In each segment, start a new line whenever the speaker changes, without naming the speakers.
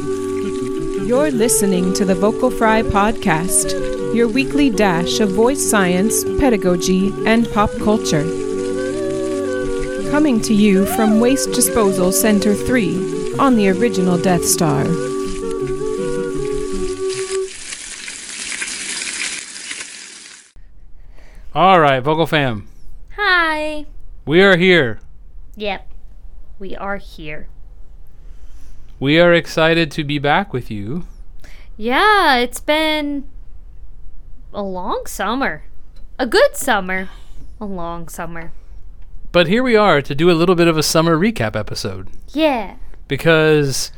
You're listening to the Vocal Fry Podcast, your weekly dash of voice science, pedagogy, and pop culture. Coming to you from Waste Disposal Center 3 on the original Death Star.
All right, Vocal Fam,
Hi.
we are here.
Yep. We are here.
We are excited to be back with you.
Yeah, it's been a long summer. A good summer. A long summer.
But here we are to do a little bit of a summer recap episode
Yeah.
because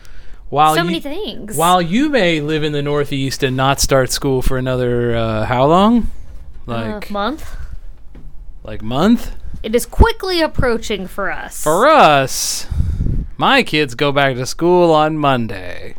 while
so
you,
many things.
while you may live in the Northeast and not start school for another uh, how long,
Uh,
like
month.
like month
It is quickly approaching for us.
for us, my kids go back to school on Monday.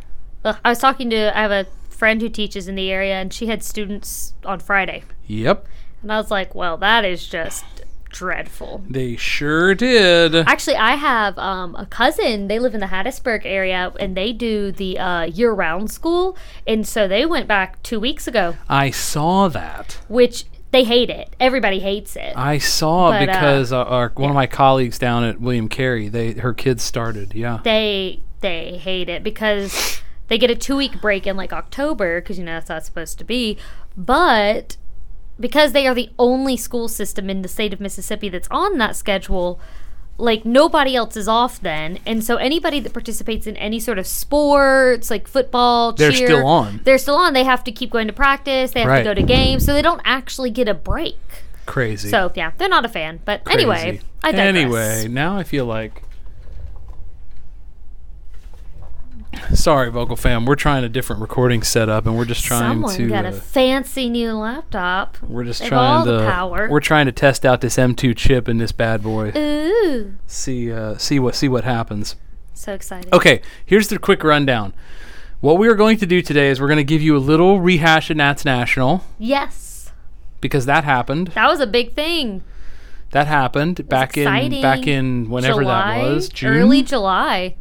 Ugh, I was talking to I have a friend who teaches in the area and she had students on Friday.
Yep,
And I was like, well, that is just dreadful.
they sure did.
Actually, I have um, a cousin. They live in the Hattiesburg area, and they do the uh, year-round school. And so they went back two weeks ago,
I saw that.
which they hate it. Everybody hates it.
I saw
But, uh,
because uh, our, one of my colleagues down at William Carey, they her kids started. Yeah,
they they hate it because they get a two-week break in like October because you know that's not supposed to be, but. Because they are the only school system in the state of Mississippi that's on that schedule, like nobody else is off then, and so anybody that participates in any sort of sports, like football,
They're
cheer,
still on.
They're still on. They have to keep going to practice. They have
Right.
to go to games, so they don't actually get a break.
crazy.
So yeah, they're not a fan. But anyway,
Crazy.
I digress.
anyway, now I feel like. Sorry, Vocal Fam. We're trying a different recording setup, and we're just trying
someone
to.
got a
uh,
fancy new laptop.
we're just
They have
trying
all
to.
the power.
We're trying to test out this M2 chip in this bad boy.
Ooh,
See, uh, see what see what happens.
so excited.
Okay, here's the quick rundown. What we are going to do today is we're going to give you a little rehash of Nats National
Yes,
because that happened.
that was a big thing.
That happened back in
exciting.
back in whenever
July,
that was June.
early July.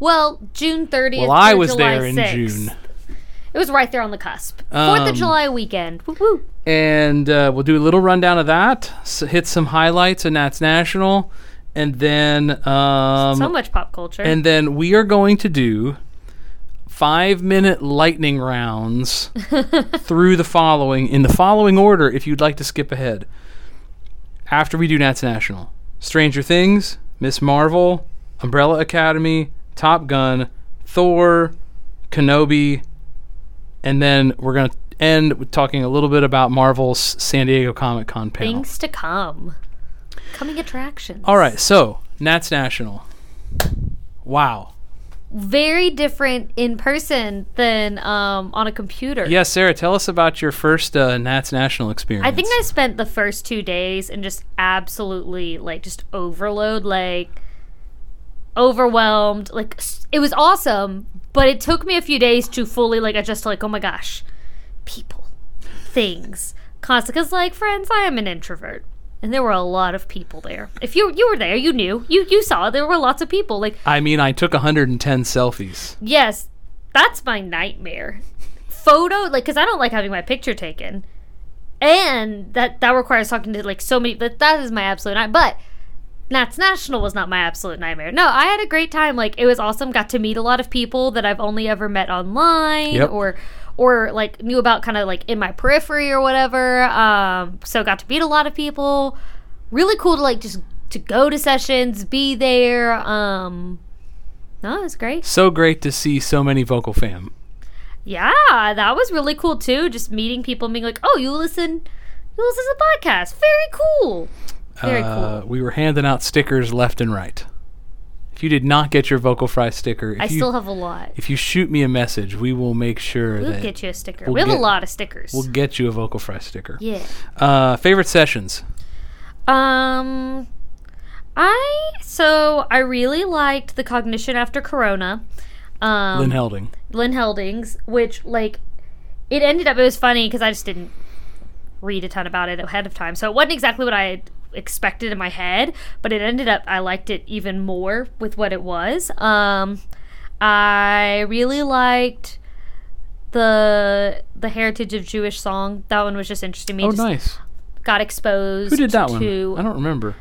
Well, June thirtieth.
well, I was there in June,
It was right there on the cusp. Fourth
Um,
of July weekend. Woo woo.
and uh, we'll do a little rundown of that. s hit some highlights in Nats National, and then um,
So much pop culture.
and then we are going to do five minute lightning rounds through the following in the following order. If you'd like to skip ahead, after we do Nats National, Stranger Things, Miss Marvel, Umbrella Academy, Top Gun, Thor, Kenobi, and then we're gonna end with talking a little bit about Marvel's San Diego Comic Con panel.
Things to come. Coming attractions.
All right, so Nats National. Wow.
Very different in person than um, on a computer.
Yes, Sarah, tell us about your first uh, Nats National experience.
I think I spent the first two days and just absolutely like just overload, like overwhelmed. Like s- it was awesome, but it took me a few days to fully like adjust. to, Like oh my gosh, people, things, constantly. Because like friends, I am an introvert, and there were a lot of people there. If you you were there, you knew you you saw there were lots of people. Like
I mean, I took 110 selfies.
Yes, that's my nightmare. Photo, like, because I don't like having my picture taken, and that that requires talking to like so many. But that is my absolute night. But Nats National was not my absolute nightmare. No, I had a great time. Like, it was awesome. Got to meet a lot of people that I've only ever met online
Yep.
or or like knew about kind of like in my periphery or whatever. Um, so got to meet a lot of people. Really cool to like just to go to sessions, be there. Um, no, it was great.
So great to see so many vocal fam.
Yeah, that was really cool too. Just meeting people and being like, "Oh, you listen, you listen to the podcast. Very cool, very
Uh,
cool."
we were handing out stickers left and right. If you did not get your vocal fry sticker, if
I
you,
still have a lot.
if you shoot me a message, we will make sure
We'll
that
get you a sticker.
we'll
we have
get-
a lot of stickers.
we'll get you a vocal fry sticker.
yeah.
Uh, favorite sessions.
Um, I so I really liked the cognition after Corona. Um,
Lynn Helding.
Lynn Heldings, which like it ended up it was funny because I just didn't read a ton about it ahead of time, so it wasn't exactly what I expected in my head, but it ended up I liked it even more with what it was. Um, I really liked the the heritage of Jewish song. That one was just interesting. to Me
Oh,
just
nice.
got exposed.
Who did that one?
to
I don't remember.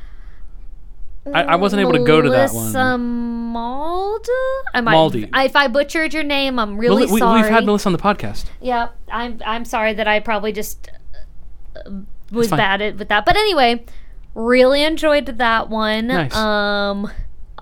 I, I wasn't able to go to that one.
Melissa Malda? I might,
Maldi.
I- if I butchered your name, I'm really
Meli- we,
sorry.
have had Melissa on the podcast.
Yeah, I'm. I'm sorry that I probably just uh, was
fine.
bad at with that. But anyway, really enjoyed that one.
Nice.
Um,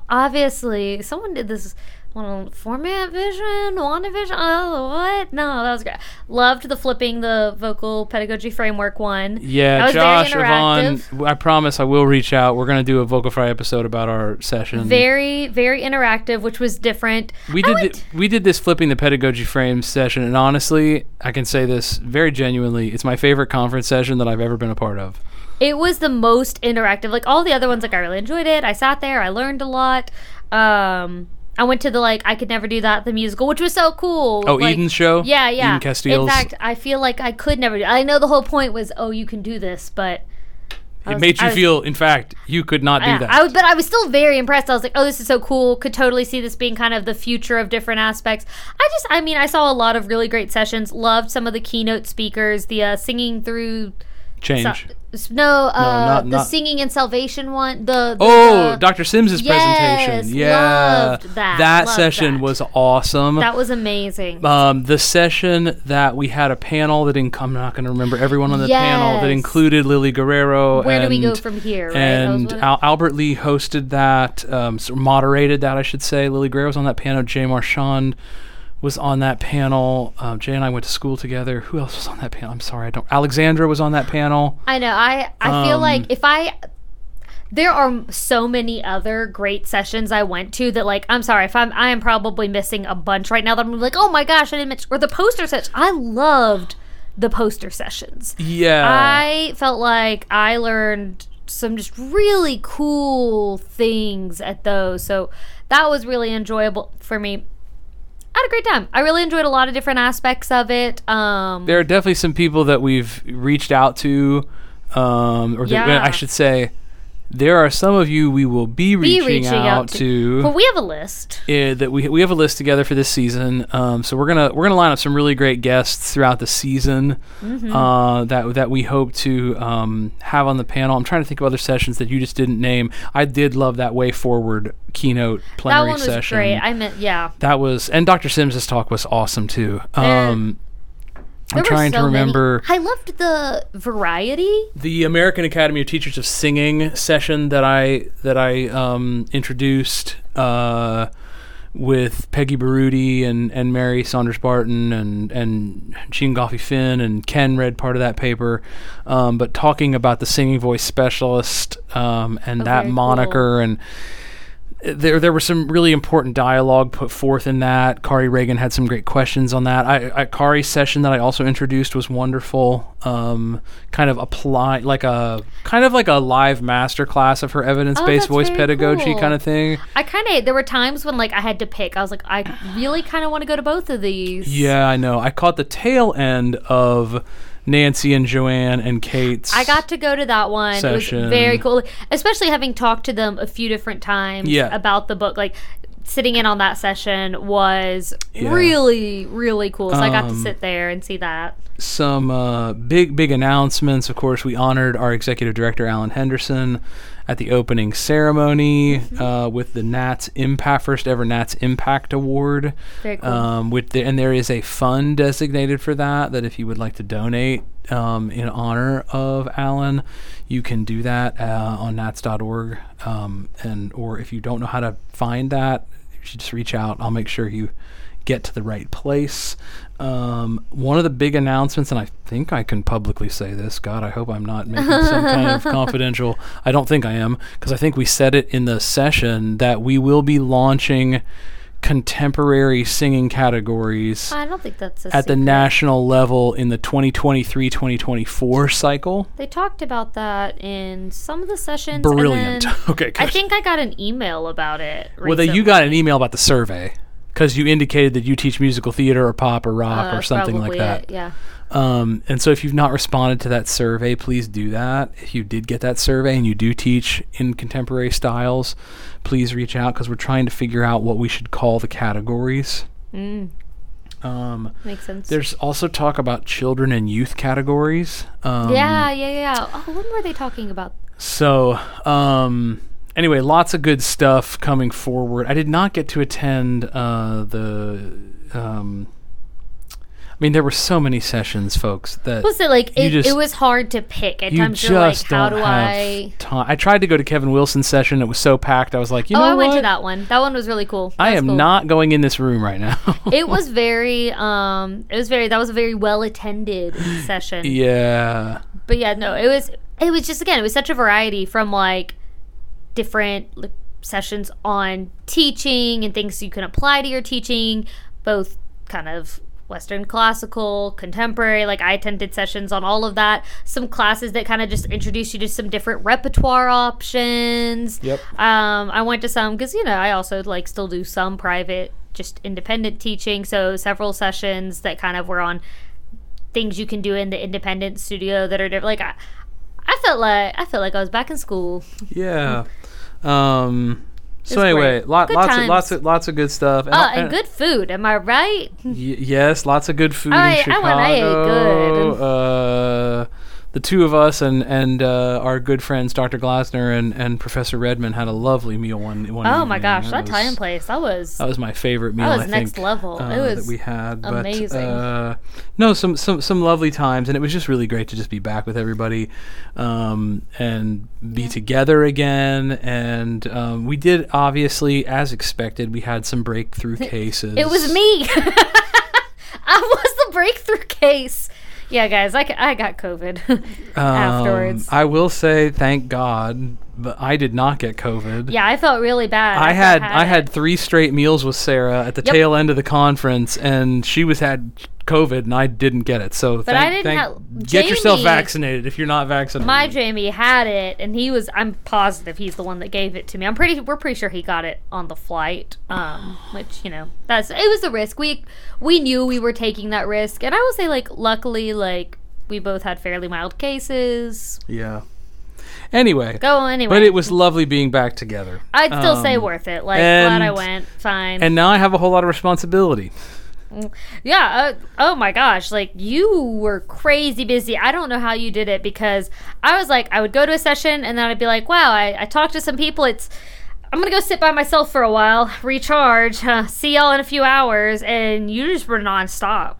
obviously, someone did this one on format vision, WandaVision. Oh, what? No, that was great. Loved the flipping the vocal pedagogy framework one. That
Yeah,
was
Josh,
very
Yvonne,
interactive.
w- I promise I will reach out. We're going to do a Vocal Fry episode about our session.
Very, very interactive, which was different.
we
I
did
would-
thi- we did this flipping the pedagogy frame session and honestly, I can say this very genuinely, it's my favorite conference session that I've ever been a part of.
it was the most interactive like all the other ones like i really enjoyed it i sat there i learned a lot um i went to the like i could never do that the musical which was so cool
Oh,
like,
Eden's show?
yeah yeah
Eden Castile's.
in fact i feel like i could never do i know the whole point was oh you can do this but I
It
was-
made you
I was-
feel, in fact, you could not do
yeah,
that.
I was, but I was still very impressed. I was like, "Oh, this is so cool! Could totally see this being kind of the future of different aspects." I just, I mean, I saw a lot of really great sessions. Loved some of the keynote speakers, the uh, singing through
Change.
S- No, uh,
not-
the
not-
singing and salvation one. The, the
Oh,
the-
Dr. Sims's
Uh, Yes,
presentation. Yeah.
loved that, loved
session
that.
was awesome.
That was amazing.
um, the session that we had a panel that inc- I'm not going to remember everyone on the panel that
Yes.
included Lily Guerrero.
Where do
and,
we go from here? Right? That was
And
one of-
Al- Albert Lee hosted that, um, sort of moderated that, I should say. Lily Guerrero was on that panel. Jay Marchand was on that panel. Um, Jay and I went to school together. Who else was on that panel? I'm sorry, I don't. Alexandra was on that panel.
I know. I I feel
Um,
like if I there are m- so many other great sessions I went to that like I'm sorry if I'm I am probably missing a bunch right now that I'm like oh my gosh I didn't mention or the poster session. I loved the poster sessions.
Yeah.
I felt like I learned some just really cool things at those. So that was really enjoyable for me. I had a great time. I really enjoyed a lot of different aspects of it. Um,
there are definitely some people that we've reached out to, um, or that,
Yeah.
I should say, there are some of you we will be
be
reaching, out, to.
But we have a list.
eh, that we we have a list together for this season, um, so we're gonna we're gonna line up some really great guests throughout the season
Mm-hmm.
uh, that that we hope to um, have on the panel. I'm trying to think of other sessions that you just didn't name. I did love that way forward keynote
That
plenary
one was
session.
great. I meant, yeah.
that was and Dr. Sims's talk was awesome too. Um,
There
I'm
were
trying
so
to
many-
remember.
I loved the variety.
the American Academy of Teachers of Singing session that I that I um, introduced uh, with Peggy Baruti and, and Mary Saunders Barton and and Gene Goffey Finn and Ken read part of that paper, um, but talking about the singing voice specialist um, and that
very
moniker and there there was some really important dialogue put forth in that. Kari Reagan had some great questions on that. I, I Kari's session that I also introduced was wonderful. Um, kind of apply like a kind of like a live master class of her evidence
Oh, that's
based voice
very
pedagogy
cool.
kind of thing.
I kind of, there were times when like I had to pick. I was like, I really kind of want to go to both of these.
Yeah, I know. I caught the tail end of Nancy and Joanne and Kate's.
I got to go to that one. It
Session.
was very cool, especially having talked to them a few different times
Yeah.
about the book. Like sitting in on that session was
Yeah.
really, really cool. So I got to
Um,
sit there and see that.
some uh, big, big announcements. Of course, we honored our executive director, Alan Henderson, at the opening ceremony
Mm-hmm.
uh, with the Nats Impact, first ever Nats Impact Award.
Very cool.
Um, with the, and there is a fund designated for that, that if you would like to donate um, in honor of Alan, you can do that uh, on nats.org. Um, and, or if you don't know how to find that, you should just reach out. I'll make sure you get to the right place. Um, one of the big announcements, and I think I can publicly say this. God, I hope I'm not making some kind of confidential. I don't think I am because I think we said it in the session that we will be launching contemporary singing categories
I don't think that's a
at the
secret.
national level in the 2023-2024 cycle.
They talked about that in some of the sessions. and
Brilliant.
then
okay, good.
I think I got an email about it.
well, then you
recently.
got an email about the survey because you indicated that you teach musical theater or pop or rock or
That's
something like
Uh, probably
that.
it, Yeah.
Um, and so, if you've not responded to that survey, please do that. If you did get that survey and you do teach in contemporary styles, please reach out because we're trying to figure out what we should call the categories. Um,
Makes sense.
there's also talk about children and youth categories. Um,
yeah, yeah, yeah. Oh, when were they talking about?
So, um, anyway, lots of good stuff coming forward. I did not get to attend uh, the. Um, I mean, there were so many sessions, folks. That
Was it like
You
it,
just-
it was hard to pick? At
you
times you're like,
just
how
don't
do
have
I?
time. I tried to go to Kevin Wilson's session. It was so packed. I was like, you
oh,
know
I went
what?
to that one. That one was really cool.
I
That was
am
cool.
not going in this room right now.
It was very. Um, it was very. That was a very well attended session.
yeah.
But yeah, no, it was. It was just again, it was such a variety from like different like, sessions on teaching and things you can apply to your teaching, both kind of Western classical, contemporary. Like I attended sessions on all of that. Some classes that kind of just introduce you to some different repertoire options.
Yep.
Um, I went to some because you know I also like still do some private, just independent teaching. So several sessions that kind of were on things you can do in the independent studio that are different. Like I, I felt like I felt like I was back in school.
Yeah. Um. So
Mm. was
anyway,
great.
lot,
Good
lots of
times.
lots of lots of good stuff. And,
Oh,
I-
and
and-
good food. Am I right?
Y- yes, lots of good food in
I- I
Chicago.
went- I ate good.
Uh, the two of us and and uh, our good friends Dr. Glasner and, and Professor Redmond had a lovely meal one one
Oh my
evening.
gosh, that
was-
Italian place. That was
That was my favorite meal.
was
I
next
think,
level. It
uh,
was
that we had. But,
amazing.
uh, no, some, some some lovely times, and it was just really great to just be back with everybody, um, and be together again. And um, we did obviously, as expected, we had some breakthrough cases.
it was me. I was the breakthrough case. Yeah, guys, I, ca- I got COVID afterwards.
Um, I will say, thank God, but I did not get COVID.
yeah, I felt really bad.
I
after
had I
it.
had three straight meals with Sarah at the
Yep.
tail end of the conference, and she was had COVID, and I didn't get it. So, thank,
I didn't
thank-
have-
get yourself
Jamie-
vaccinated if you're not vaccinated.
my Jamie had it, and he was. I'm positive he's the one that gave it to me. I'm pretty. We're pretty sure he got it on the flight. Um, which you know, that's it was the risk. We we knew we were taking that risk, and I will say, like, luckily, like we both had fairly mild cases.
yeah. Anyway,
Go anyway.
but it was lovely being back together,
I'd still say
um,
worth it. Like, glad I
and-
went. Fine.
and now I have a whole lot of responsibility.
Yeah. Uh, oh my gosh. Like you were crazy busy. I don't know how you did it because I was like, I would go to a session and then I'd be like, wow, I, I talked to some people. It's, I'm going to go sit by myself for a while, recharge, huh, see y'all in a few hours. And you just were nonstop.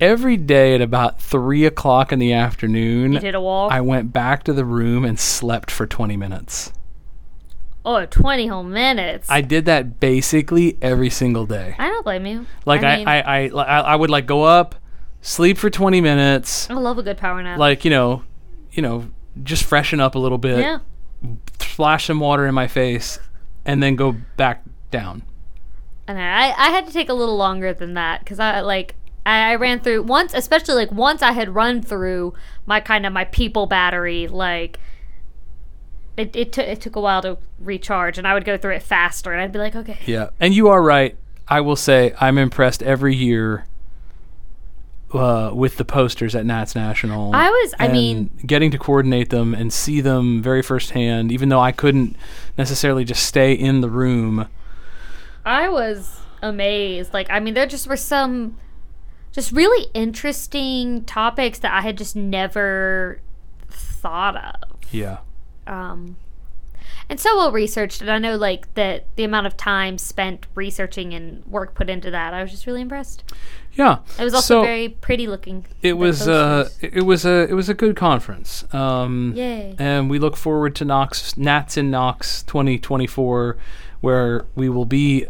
Every day at about three o'clock in the afternoon,
You did a walk.
I went back to the room and slept for twenty minutes.
oh, 20 whole minutes.
I did that basically every single day.
I don't blame you.
Like I,
mean,
I, I, I, I would like go up, sleep for twenty minutes,
I love a good power nap.
like you know, you know, just freshen up a little bit,
yeah.
splash some water in my face, and then go back down.
And I, I had to take a little longer than that because I like I, I ran through once, especially like once I had run through my kind of my people battery. Like it it, took it took a while to recharge, and I would go through it faster, and I'd be like, okay,
Yeah, and you are right. I will say I'm impressed every year uh, with the posters at Nats National.
I was- I
and
mean-
getting to coordinate them and see them very firsthand, even though I couldn't necessarily just stay in the room.
I was amazed. Like, I mean, there just were some just really interesting topics that I had just never thought of.
Yeah.
um, and so well researched and i know like that the amount of time spent researching and work put into that i was just really impressed
Yeah.
it was also
So-
very pretty looking
it
the
was uh,
posters.
it it was a it was a good conference. Um,
Yay.
And we look forward to Knox Nats in Knox 2024, where we will be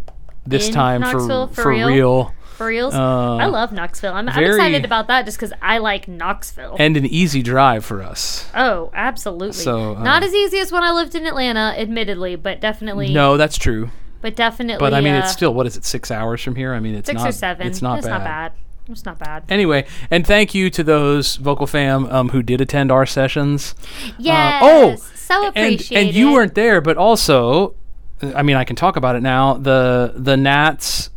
this
In
time
Knoxville,
for
for real? for reals
Uh,
i love knoxville i'm, I'm
very-
excited about that just because i like knoxville
and an easy drive for us.
oh absolutely
So, uh,
not as easy as when i lived in atlanta admittedly but definitely
No, that's true.
but definitely
But I mean,
uh,
it's still what is it? Six hours from here. I mean, it's
six
not
or seven
It's not bad.
not bad it's not bad
Anyway, and uh, thank you to those vocal fam um, who did attend our sessions.
yes
oh,
so
and
appreciated
and you weren't there, but also, uh, I mean, I can talk about it now. The the Nats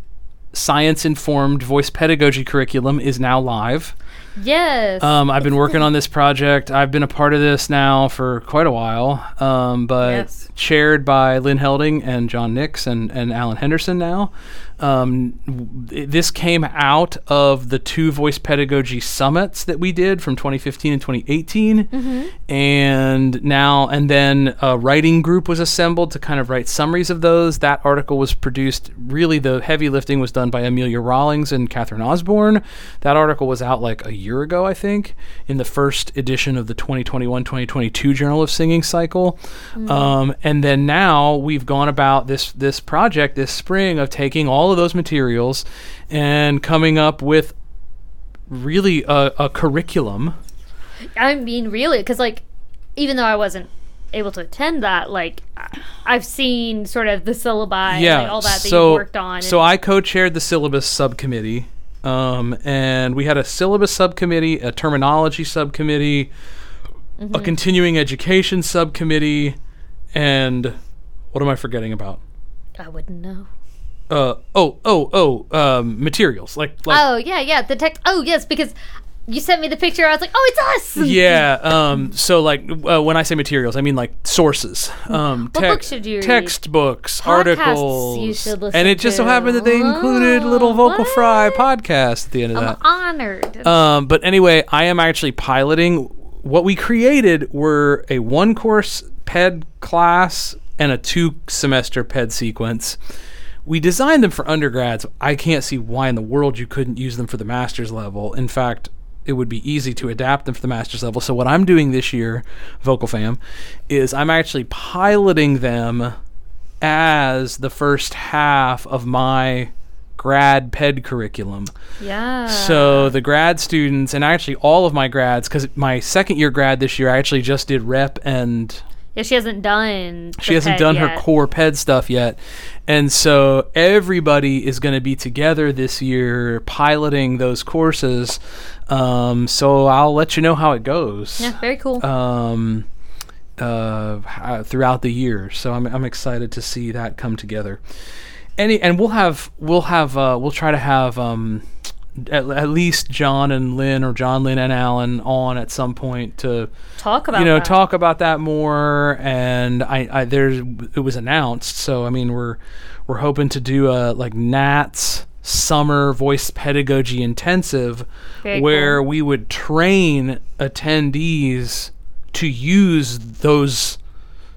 science informed voice pedagogy curriculum is now live.
Yes.
Um, I've been working on this project. I've been a part of this now for quite a while, um, but
Yes.
chaired by Lynn Helding and John Nix and, and Alan Henderson now. Um, w- it- this came out of the two voice pedagogy summits that we did from 2015 and 2018. And now, and then a writing group was assembled to kind of write summaries of those. That article was produced, really, the heavy lifting was done by Amelia Rawlings and Catherine Osborne. That article was out like a year ago, I think, in the first edition of the 2021 2022 Journal of Singing cycle. Um, and then now we've gone about this, this project this spring of taking all of those materials and coming up with really a, a curriculum.
I mean, really, because like, even though I wasn't able to attend that, like, I- I've seen sort of the syllabi, and, like, all that that you worked on.
So
and-
I co-chaired the syllabus subcommittee, um, and we had a syllabus subcommittee, a terminology subcommittee,
Mm-hmm.
a continuing education subcommittee, and what am I forgetting about?
I wouldn't know.
Uh, oh, oh, oh, um, materials like like
Oh yeah, yeah, the text. Oh yes, because you sent me the picture. I was like, oh, it's us.
yeah. Um, so like uh, when I say materials, I mean like sources. Um,
What
tex-
books should you read?
Textbooks,
Podcasts
articles,
you should listen
and it just so
to.
happened that they included little
Oh,
vocal
what?
fry podcast at the end of
I'm
that.
honored.
Um, but anyway, I am actually piloting. What we created were a one course PED class and a two semester PED sequence. We designed them for undergrads. I can't see why in the world you couldn't use them for the master's level. In fact, it would be easy to adapt them for the master's level. So, what I'm doing this year, Vocal Fam, is I'm actually piloting them as the first half of my grad PED curriculum.
yeah.
So the grad students, and actually all of my grads, because my second year grad this year, I actually just did rep and
yeah, she hasn't done.
she hasn't done her core ped stuff yet. And so everybody is going to be together this year piloting those courses. Um, so I'll let you know how it goes.
Yeah, very cool.
Um, uh, h- throughout the year, so I'm, I'm excited to see that come together. Any and we'll have we'll have uh, we'll try to have um, at, at least John and Lynn or John Lynn and Alan on at some point to
talk about
you know
that.
talk about that more and I, I there's it was announced so i mean we're we're hoping to do a like nats summer voice pedagogy intensive
Very
where
cool.
we would train attendees to use those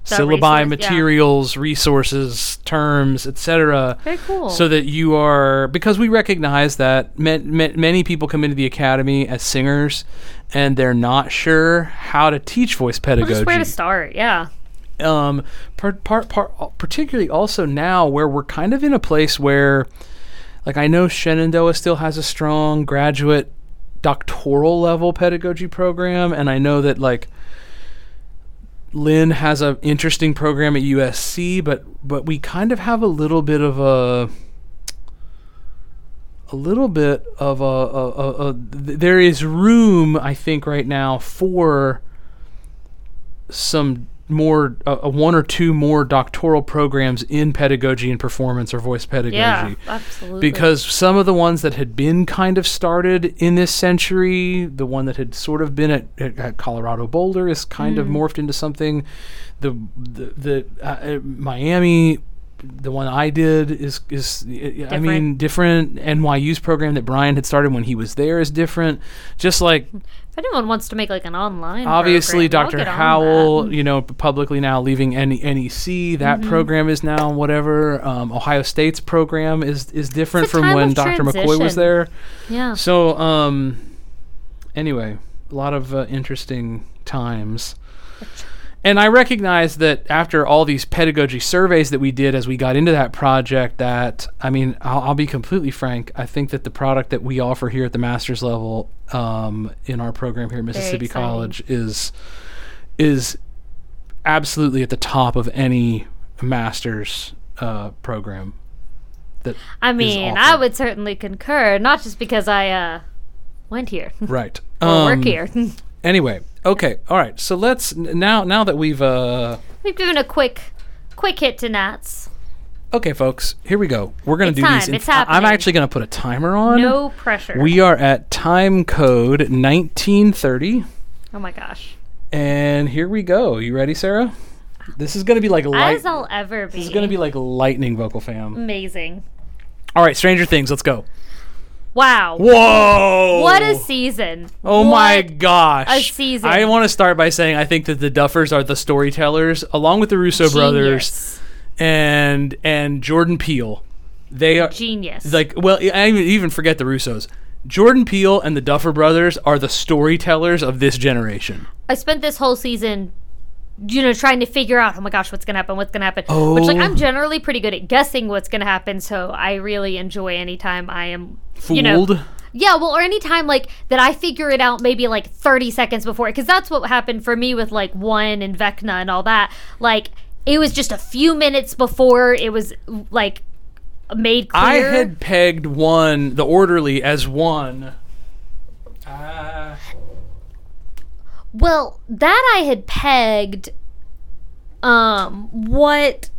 That
syllabi
resource, yeah.
materials resources terms etc
Very cool.
so that you are because we recognize that ma- ma- many people come into the academy as singers and they're not sure how to teach voice
Well,
pedagogy
just where to start. Yeah.
um, par- par- par- particularly also now where we're kind of in a place where, like, I know Shenandoah still has a strong graduate doctoral level pedagogy program, and I know that, like, Lynn has an interesting program at USC, but but we kind of have a little bit of a a little bit of a, a, a, a th- there is room I think right now for some more uh, uh, one or two more doctoral programs in pedagogy and performance or voice pedagogy
Yeah. Absolutely.
because some of the ones that had been kind of started in this century, the one that had sort of been at, at, at Colorado Boulder is kind of morphed into something. The the, the uh, uh, Miami, the one I did is is I mean different. NYU's program that Brian had started when he was there is different. Just like
if anyone wants to make like an online,
obviously
program, I'll
Dr.
get on that. Mm-hmm.
Howell, you know, p- publicly now leaving N- NEC. That program is now whatever. Um, Ohio State's program is is different
It's a
from
time
when
of
Dr. McCoy was
transition.
there.
Yeah.
So, um, anyway, a lot of uh, interesting times. And I recognize that after all these pedagogy surveys that we did as we got into that project, that I mean, I'll, I'll be completely frank. I think that the product that we offer here at the master's level um, in our program here at Mississippi
exciting.
College is is absolutely at the top of any master's uh, program. That
I mean, I
offered.
would certainly concur. Not just because I uh, went here or
right Um,
work here.
Anyway, okay, all right. So let's n- now now that we've uh
We've given a quick, quick hit to Nats.
Okay, folks, here we go. We're going
It's
to do these.
time.
in-
It's
I- I'm
happening.
actually going to put a timer on.
No pressure.
um, We are at time code 1930.
oh my gosh.
And here we go. You ready, Sarah? This is going to be like light.
As I'll ever be.
This is going to be like lightning, vocal fam.
amazing.
All right, Stranger Things, let's go.
Wow.
Whoa!
What a season.
Oh my
What
gosh.
a season.
I want to start by saying I think that the Duffers are the storytellers along with the Russo brothers
Genius.
and and Jordan Peele. They are
Genius.
like well I even- even forget the Russos. Jordan Peele and the Duffer brothers are the storytellers of this generation.
I spent this whole season, you know, trying to figure out, oh my gosh, what's gonna happen, what's gonna happen. Which like
Oh.
I'm generally pretty good at guessing what's gonna happen, so I really enjoy any time I am
Fooled.
You know, yeah, well, or any time like that I figure it out maybe like 30 seconds before, because that's what happened for me with like one and Vecna and all that. Like it was just a few minutes before it was like made clear.
I had pegged one, the orderly, as one. Uh,
Well, that I had pegged um what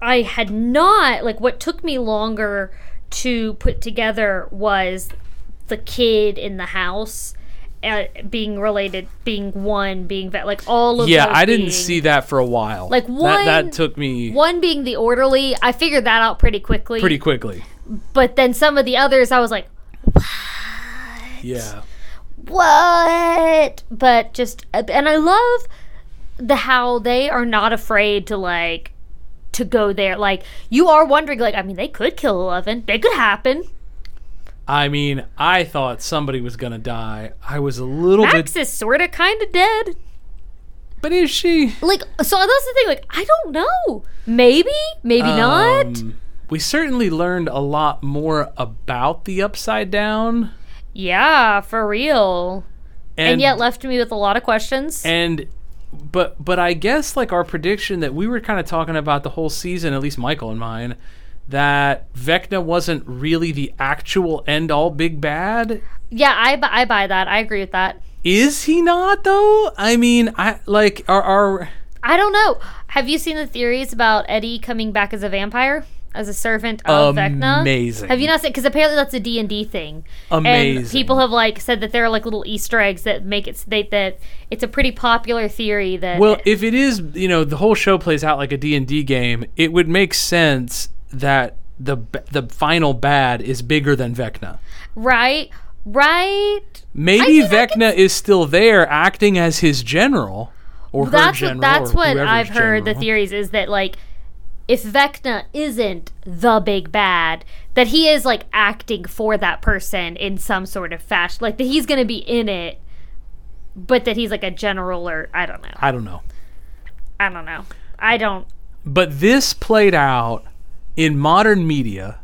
I had not like what took me longer to put together was the kid in the house uh, being related being one being vet like all of
yeah,
those
I didn't
being-
see that for a while.
Like,
that,
one-
that took me
one being the orderly I figured that out pretty quickly
pretty quickly.
but then some of the others I was like
Yeah.
what? But just and I love the how they are not afraid to like to go there. Like you are wondering, like I mean, they could kill Eleven. They could happen.
I mean, I thought somebody was gonna die. I was a little
Max
bit,
is sort of kind of dead.
but is she?
Like so, that's the thing. Like I don't know. Maybe, maybe not.
Um, we certainly learned a lot more about the Upside Down,
Yeah, for real.
and,
And, yet left me with a lot of questions.
and but but I guess like our prediction that we were kind of talking about the whole season, at least Michael and mine, that Vecna wasn't really the actual end all big bad.
yeah, I, bu- I buy that. I agree with that.
Is he not though? I mean, I like our our
I don't know. Have you seen the theories about Eddie coming back as a vampire, as a servant
um,
of Vecna?
Amazing.
Have you not seen? Because apparently that's a D and D thing. And
Amazing.
people have like said that there are like little Easter eggs that make it s- they, that it's a pretty popular theory that.
Well, if it is, you know, the whole show plays out like a D&D game, it would make sense that the b- the final bad is bigger than Vecna.
right, right.
Maybe
think I could
Vecna is still there acting as his general or her
That's
general.
what that's
or
what
whoever's
I've heard. The
general.
theories is that like if Vecna isn't the big bad, that he is like acting for that person in some sort of fashion, like that he's gonna be in it, but that he's like a general or I don't know.
I don't know.
I don't know. I don't.
But this played out in modern media.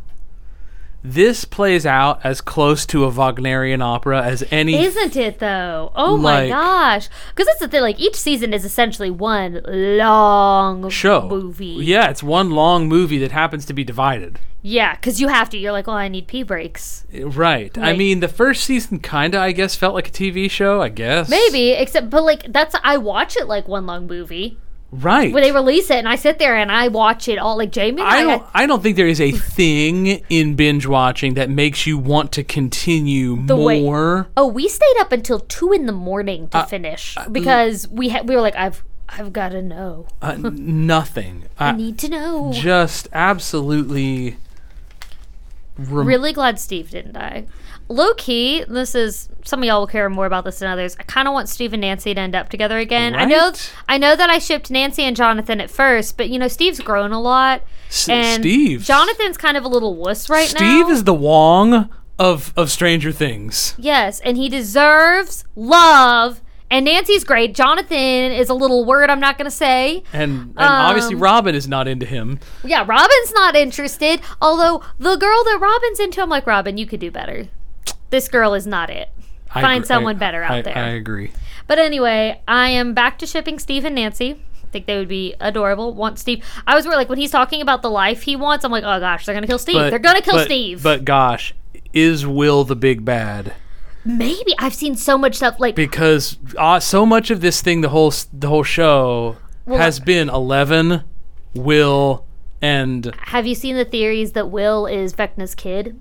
This plays out as close to a Wagnerian opera as any
Isn't it though? Oh my
Like-
gosh! Because that's the thing. Like each season is essentially one long
show.
movie.
Yeah, it's one long movie that happens to be divided.
yeah. Because you have to. You're like, well, I need pee breaks.
Right. I
Like-
mean, the first season kind of, I guess, felt like a TV show, I guess.
Maybe, except, but like that's I watch it like one long movie.
Right.
when they release it and I sit there and I watch it all like Jamie and
I
I,
don't I don't think there is a thing in binge watching that makes you want to continue
wait.
more.
oh we stayed up until two in the morning
Uh,
to finish because we ha- we were like I've I've got to know
Uh, n- nothing. I,
I need to know
just absolutely
really glad Steve didn't die low key this is some of y'all will care more about this than others I kind of want Steve and Nancy to end up together again I know
Right?
I know that I shipped Nancy and Jonathan at first but you know Steve's grown a lot
S-
and
Steve.
Jonathan's kind of a little wuss right now
Steve is the Wong of of Stranger Things.
Yes, and he deserves love. And Nancy's great. Jonathan is a little word I'm not going to say.
And and obviously
Um,
Robin is not into him.
Yeah, Robin's not interested. Although the girl that Robin's into, I'm like, Robin, you could do better. This girl is not it.
I
Find
agree-
someone
I-
better out
I-
there.
I agree.
But anyway, I am back to shipping Steve and Nancy. I think they would be adorable. Want Steve? I was worried, like when he's talking about the life he wants. I'm like, oh gosh, they're gonna kill Steve.
But-
they're gonna kill
but-
Steve.
But gosh, is Will the big bad?
Maybe I've seen so much stuff like
because uh, so much of this thing, the whole s- the whole show, has been Eleven, Will, And
Have you seen the theories that Will is Vecna's kid?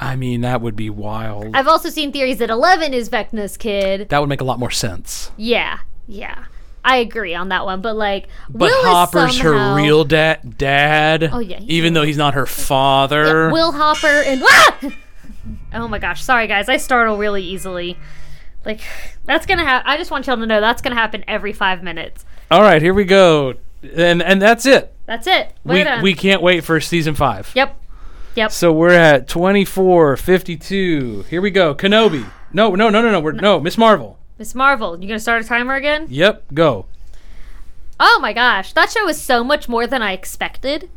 I mean, that would be wild.
I've also seen theories that Eleven is Vecna's kid.
that would make a lot more sense.
Yeah, yeah. I agree on that one, but like,
But
Will
Hopper's
is somehow,
her real dad. Dad. Oh
yeah, he
Even though he's not her
Yeah,
father.
Will Hopper and ah! oh my gosh, sorry guys, I startle really easily. Like that's gonna happen. I just want y'all to know that's gonna happen every five minutes.
All right, here we go. And and that's it.
That's it. We're
We,
done.
we can't wait for season five.
Yep. Yep.
So we're at 24, 52. Here we go. Kenobi. No, no, no, no, no. We're no Miss Marvel.
Miss Marvel, you gonna start a timer again?
Yep. Go.
Oh my gosh, that show was so much more than I expected.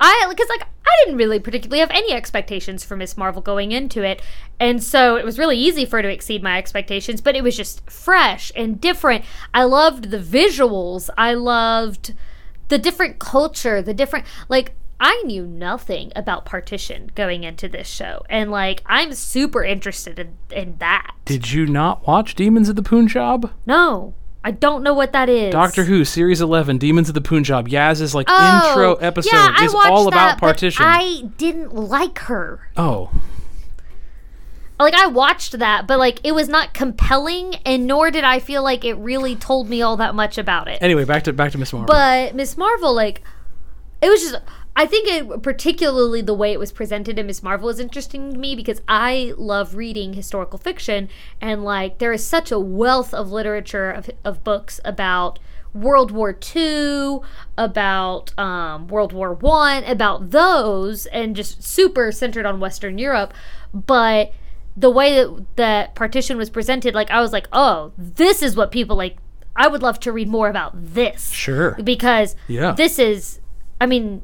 I because like I didn't really particularly have any expectations for Miss Marvel going into it, and so it was really easy for her to exceed my expectations. But it was just fresh and different. I loved the visuals. I loved the different culture. The different like I knew nothing about partition going into this show, and like I'm super interested in, in that.
Did you not watch Demons of the Punjab?
No, I don't know what that is.
Doctor Who, Series 11, Demons of the Punjab. Yaz's like
Oh,
intro episode
yeah, I
is
watched
all about
that, but
partition.
I didn't like her.
oh.
Like I watched that, but like it was not compelling, and nor did I feel like it really told me all that much about it.
Anyway, back to back to Miss Marvel.
But Miss Marvel, like, it was just. I think it particularly the way it was presented in Miss Marvel is interesting to me because I love reading historical fiction and like there is such a wealth of literature of, of books about World War II, about um, World War One, about those, and just super centered on Western Europe. But the way that that partition was presented, like I was like, oh, this is what people like. I would love to read more about this
sure.
because
Yeah.
this is i mean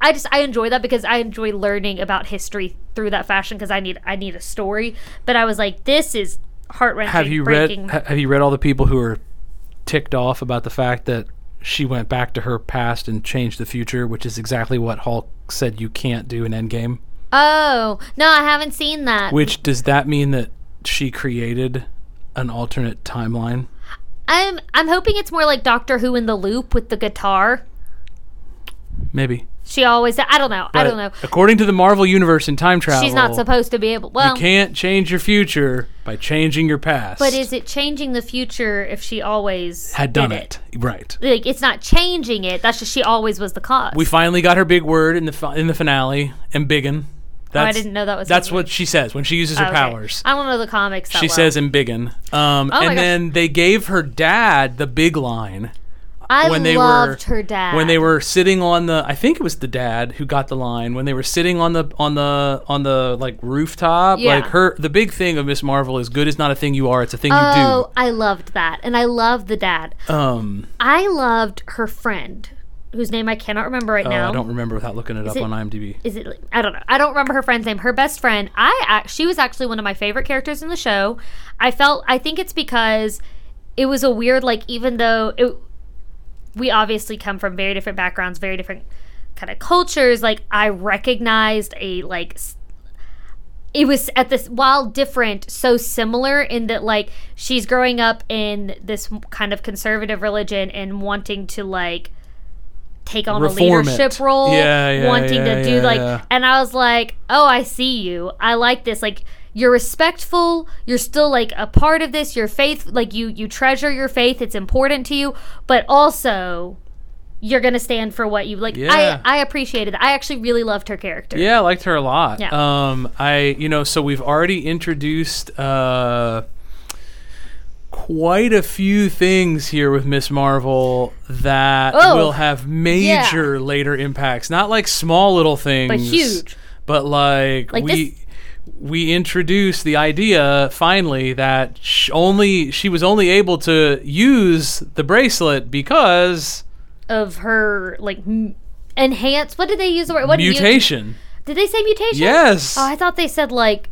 i just i enjoy that because i enjoy learning about history through that fashion because i need i need a story but i was like this is heart-wrenching
Have you
breaking.
read ha- have you read all the people who are ticked off about the fact that she went back to her past and changed the future, which is exactly what Hulk said you can't do in Endgame?
oh no i haven't seen that
Which does that mean that she created an alternate timeline?
i'm i'm hoping it's more like doctor who in the loop with the guitar
Maybe.
she always i don't know
But
i don't know
According to the Marvel universe in time travel,
she's not supposed to be able well
You can't change your future by changing your past.
but is it changing the future if she always
had done
did
it. right?
like it's not changing it that's just she always was the cause
We finally got her big word in the fi- in the finale and biggin. That's,
Oh, didn't know that was
That's
her
what she says when she uses her
Okay.
powers.
i don't know the comics that
She
well. Oh
says and biggin. Um,
my
and
gosh.
then they gave her dad the big line
I
when they
loved
were
her dad.
when they were sitting on the I think it was the dad who got the line when they were sitting on the on the on the like rooftop
Yeah.
like her the big thing of Miss Marvel is good is not a thing you are it's a thing
Oh, I loved that, and I loved the dad.
you do um
I loved her friend, whose name I cannot remember right
oh,
now.
I don't remember without looking it up
it-
on IMDb
Is it? I don't know. I don't remember her friend's name. Her best friend. I ac- she was actually one of my favorite characters in the show. I felt. I think it's because it was a weird like even though it, we obviously come from very different backgrounds, very different kind of cultures. Like I recognized a like s- it was at this while different so similar in that like she's growing up in this kind of conservative religion and wanting to like take on
Reform
a
it.
leadership role
Yeah, yeah,
wanting
yeah,
to do
yeah,
like
yeah.
and i was like oh i see you i like this like you're respectful you're still like a part of this your faith like you you treasure your faith it's important to you but also you're gonna stand for what you like
Yeah.
i i appreciated that i actually really loved her character
Yeah, I liked her a lot.
Yeah.
Um, I you know so we've already introduced uh, quite a few things here with Miss Marvel that
Oh,
will have major later impacts. Not like small little things,
huge.
But like,
Like
we.
this-
We introduced the idea finally that sh- only she was only able to use the bracelet because
of her like m- enhanced what did they use the word what did you-
mutation.
did they say mutation
Yes.
oh i thought they said like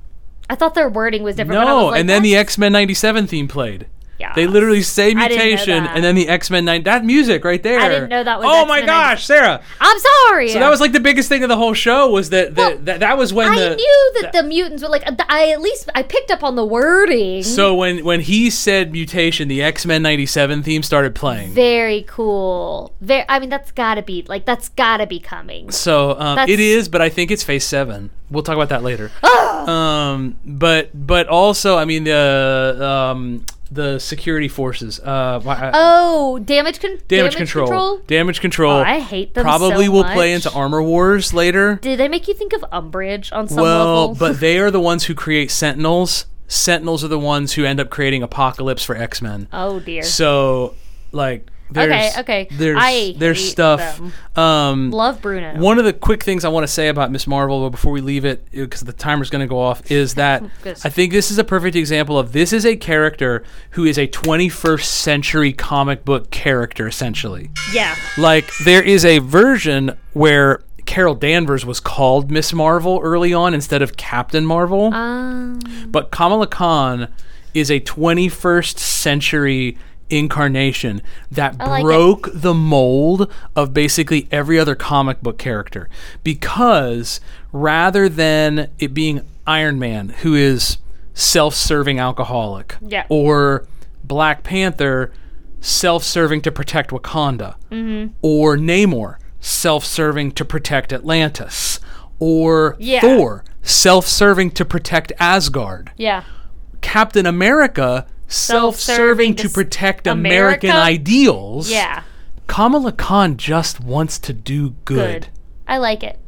i thought their wording was different but I
No,
was like,
and then the
that's-
X Men '97 theme played.
Yeah.
They literally say
I didn't know
mutation
that.
and then the X Men nine. That music right there.
didn't know that was
Oh my
X-Men 90.
gosh, Sarah.
I'm sorry.
So that was like the biggest thing of the whole show was that that,
Well,
that, that was when
I
the
knew that the mutants were like. I at least I picked up on the wording.
so when when he said mutation, the X Men '97 theme started playing.
very cool. Very. I mean, that's gotta be like that's gotta be coming.
So um,
That's-
it is, but I think it's phase seven. We'll talk about that later.
Ah!
um, but but also, I mean the um, the security forces. Uh, why- I-
Oh, damage, con-
damage, control. Damage control.
Oh, I hate them.
probably
so
will
much.
play into Armor Wars later.
Did they make you think of Umbridge on some
well,
level?
but they are the ones who create Sentinels. Sentinels are the ones who end up creating Apocalypse for X Men.
oh dear.
So like. There's,
okay.
There's,
I
there's
hate
stuff. Um,
Love Bruno.
One of the quick things I want to say about Miss Marvel before we leave it, because the timer's going to go off, is that
Good.
I think this is a perfect example of this is a character who is a 21st century comic book character, essentially.
yeah.
Like, there is a version where Carol Danvers was called Miss Marvel early on instead of Captain Marvel,
Um,
but Kamala Khan is a 21st century incarnation that
like it.
broke the mold of basically every other comic book character because rather than it being Iron Man who is self-serving alcoholic
Yeah.
or Black Panther self-serving to protect Wakanda
Mm.
or Namor self-serving to protect Atlantis or
Yeah.
Thor self-serving to protect Asgard
yeah.
Captain America self-serving
Self-serving
to
dis-
protect
America?
American ideals.
Yeah.
Kamala Khan just wants to do good.
Good. I like it.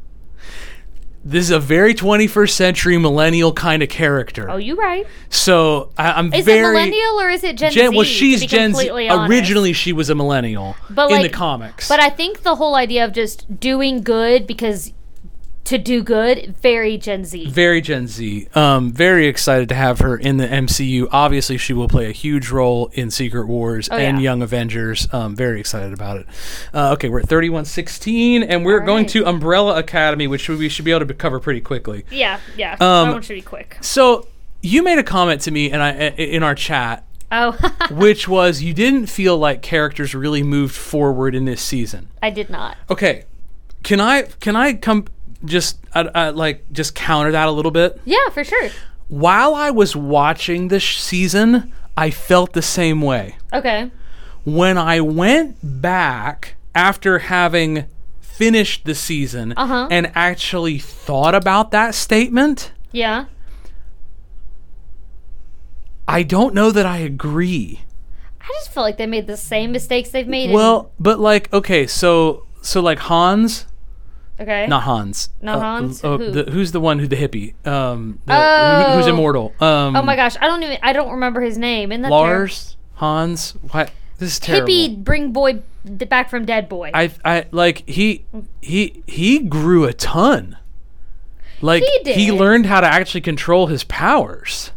This is a very 21st century millennial kind of character.
Oh, you right.
So I, I'm
Is
very
it millennial or is it Gen,
Gen,
Z?
well,
to
she's
be
Gen Z.
completely honest?
Originally, she was a millennial
But,
in
like-
the comics.
But I think the whole idea of just doing good because to do good, very Gen Z.
very Gen Z. Um, very excited to have her in the MCU. Obviously, she will play a huge role in Secret Wars and
Oh, yeah.
Young Avengers. Um, very excited about it. Uh, okay, we're at thirty-one sixteen, and we're going
right.
to Umbrella Academy, which we should be able to cover pretty quickly.
Yeah, yeah.
Um,
I want you to be quick.
So, you made a comment to me, and I i- in our chat,
Oh,
which was you didn't feel like characters really moved forward in this season.
I did not.
Okay, can I can I come just I, I, like just counter that a little bit?
Yeah, for sure.
while I was watching this sh- season, I felt the same way.
Okay.
When I went back after having finished the season
Uh-huh.
and actually thought about that statement,
Yeah.
I don't know that I agree.
I just feel like they made the same mistakes they've made.
Well, but like okay, so so like Hans,
in, okay.
not Hans,
Not Hans?
uh,
Who?
the, who's the one who the hippie, um, the, who- who's
Oh.
immortal? Um,
oh my gosh, I don't even. I don't remember his name. Isn't that
Lars, Hans, what? This is
terrible?
terrible.
Hippie bring boy d- back from dead boy.
I I like he he he grew a ton. Like
He did.
learned how to actually control his powers.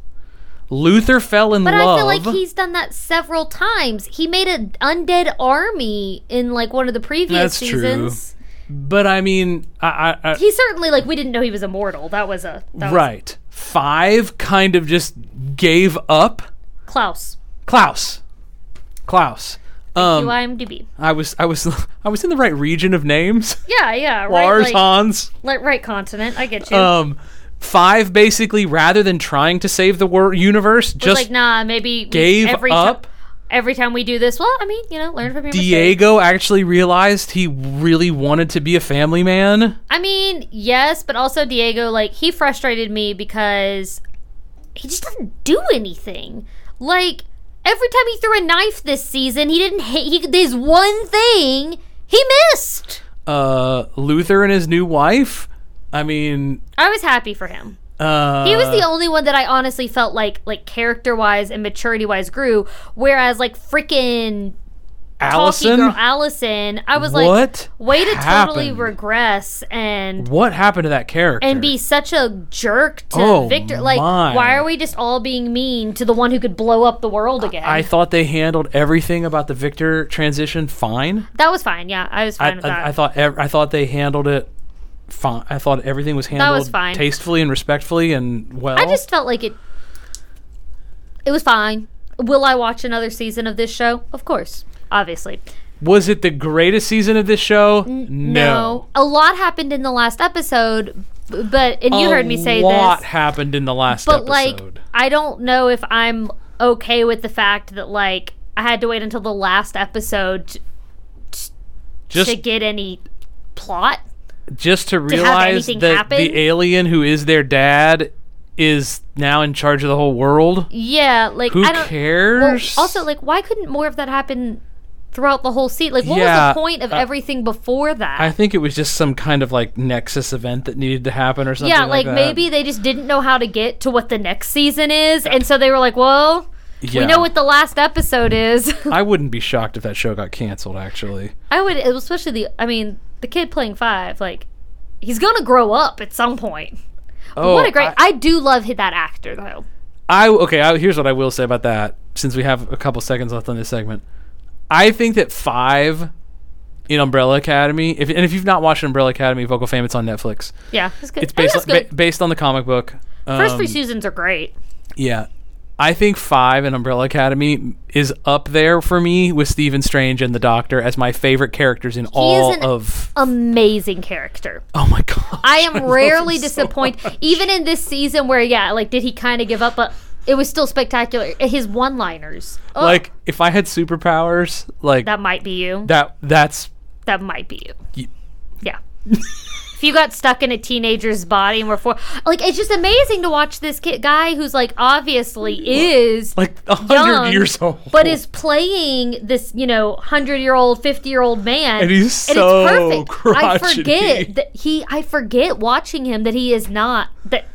Luther fell in
but
love.
I feel like he's done that several times. He made an undead army in like one of the previous
That's true.
seasons.
but I mean, I, I, I
He certainly like we didn't know he was immortal. That was a that was-
right. Five kind of just gave up.
Klaus.
Klaus, Klaus.
You
Um,
IMDb.
I was I was I was in the right region of names.
Yeah, yeah.
Lars
right, like,
Hans.
li- right continent. I get you.
Um, five basically rather than trying to save the world universe,
It's
just
like nah, maybe we-
gave
every ti-
up.
every time we do this. Well, I mean, you know, learn from your mistakes.
Diego actually realized he really wanted to be a family man.
I mean, yes, but also Diego, like, he frustrated me because he just doesn't do anything. Like, every time he threw a knife this season, he didn't hit. He, there's one thing he missed.
Uh, Luther and his new wife. I mean,
I was happy for him.
uh,
He was the only one that I honestly felt like, like character wise and maturity wise, grew. Whereas, like, freaking talkie
Allison.
girl Allison, I was
What
like, way to totally
happened?
regress and
what happened to that character?
and be such a jerk to
Oh,
Victor. Like,
my.
why are we just all being mean to the one who could blow up the world again?
I thought they handled everything about the Victor transition fine.
that was fine. Yeah, I was
I,
fine with that.
I, I thought ev- I thought they handled it fine. I thought everything was handled
was fine.
tastefully and respectfully and well.
I just felt like it. It was fine. Will I watch another season of this show? Of course, obviously.
Was it the greatest season of this show? no.
Oh, a lot happened in the last episode, b- but and you
A
heard me say
lot
this,
happened in the last
but like
episode.
I don't know if I'm okay with the fact that like I had to wait until the last episode t-
just
to get any plot.
just to
have
realize
anything
that
happen?
the alien who is their dad is now in charge of the whole world.
Yeah, like
Who
I don't. Well,
cares?
also, like, why couldn't more of that happen throughout the whole season? Like, what
Yeah,
was the point of
uh,
everything before that?
I think it was just some kind of like nexus event that needed to happen or something.
yeah, like,
that.
maybe they just didn't know how to get to what the next season is, and so they were like, "Well, we
Yeah.
know what the last episode is."
I wouldn't be shocked if that show got canceled. Actually,
I would, especially the. I mean, the kid playing five, like, he's gonna grow up at some point.
oh,
what a great!
I,
I, do love hi- that actor though.
I- okay. I, here's what I will say about that. Since we have a couple seconds left on this segment, I think that five in Umbrella Academy. If, and if you've not watched Umbrella Academy, Vocal Fame, it's on Netflix.
Yeah, it's good.
It's
I think
based on,
that's
ba-
good.
based on the comic book.
First
Um,
three seasons are great.
Yeah. I think five in Umbrella Academy is up there for me with Stephen Strange and the Doctor as my favorite characters in all
an-
of.
Amazing character.
Oh my god!
I am rarely disappointed.
disappointed.
Even in this season where, yeah, like, did he kind of give up? But it was still spectacular. His one liners. Oh,
like if I had superpowers, like
that might be you. That,
that that's
might be you.
y-
Yeah. if you got stuck in a teenager's body and were four, like, it's just amazing to watch this kid, guy who's, like, obviously is.
like a hundred
young,
years old.
but is playing this, you know, hundred-year-old, fifty-year-old man,
And he's so
I
crotchety.
forget that he. I forget watching him that he is not that.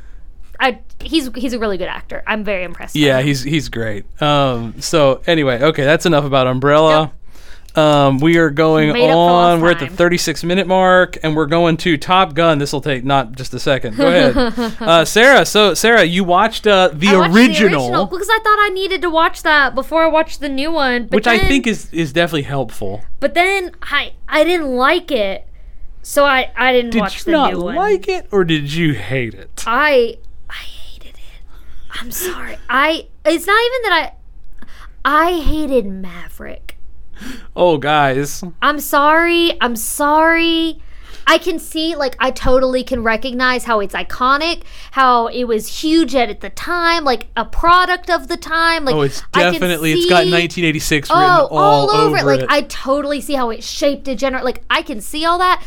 I he's he's a really good actor. I'm very impressed. by
yeah,
him.
he's he's great. Um. So anyway, okay, that's enough about Umbrella. Um, we are going
Made up for lost
on. We're at the
time.
36 minute mark, and we're going to Top Gun. This will take not just a second. Go ahead, uh, Sarah. So Sarah, you watched uh, the,
I watched the
original,
because I thought I needed to watch that before I watched the new one. But
which I
then-
think is is definitely helpful.
but then I I didn't like it, so I I didn't
Did
watch
you
the
not
new one.
like it, or did you hate it?
I I hated it. I'm sorry. I it's not even that I I hated Maverick.
Oh, guys,
I'm sorry. I'm sorry. I can see like I totally can recognize how it's iconic, how it was huge at the time, like a product of the time. Like
oh, it's
I can
definitely it's got
see-
1986 written
Oh,
all,
all, over, it.
over
Like
it.
I totally see how it shaped a gener. Like I can see all that.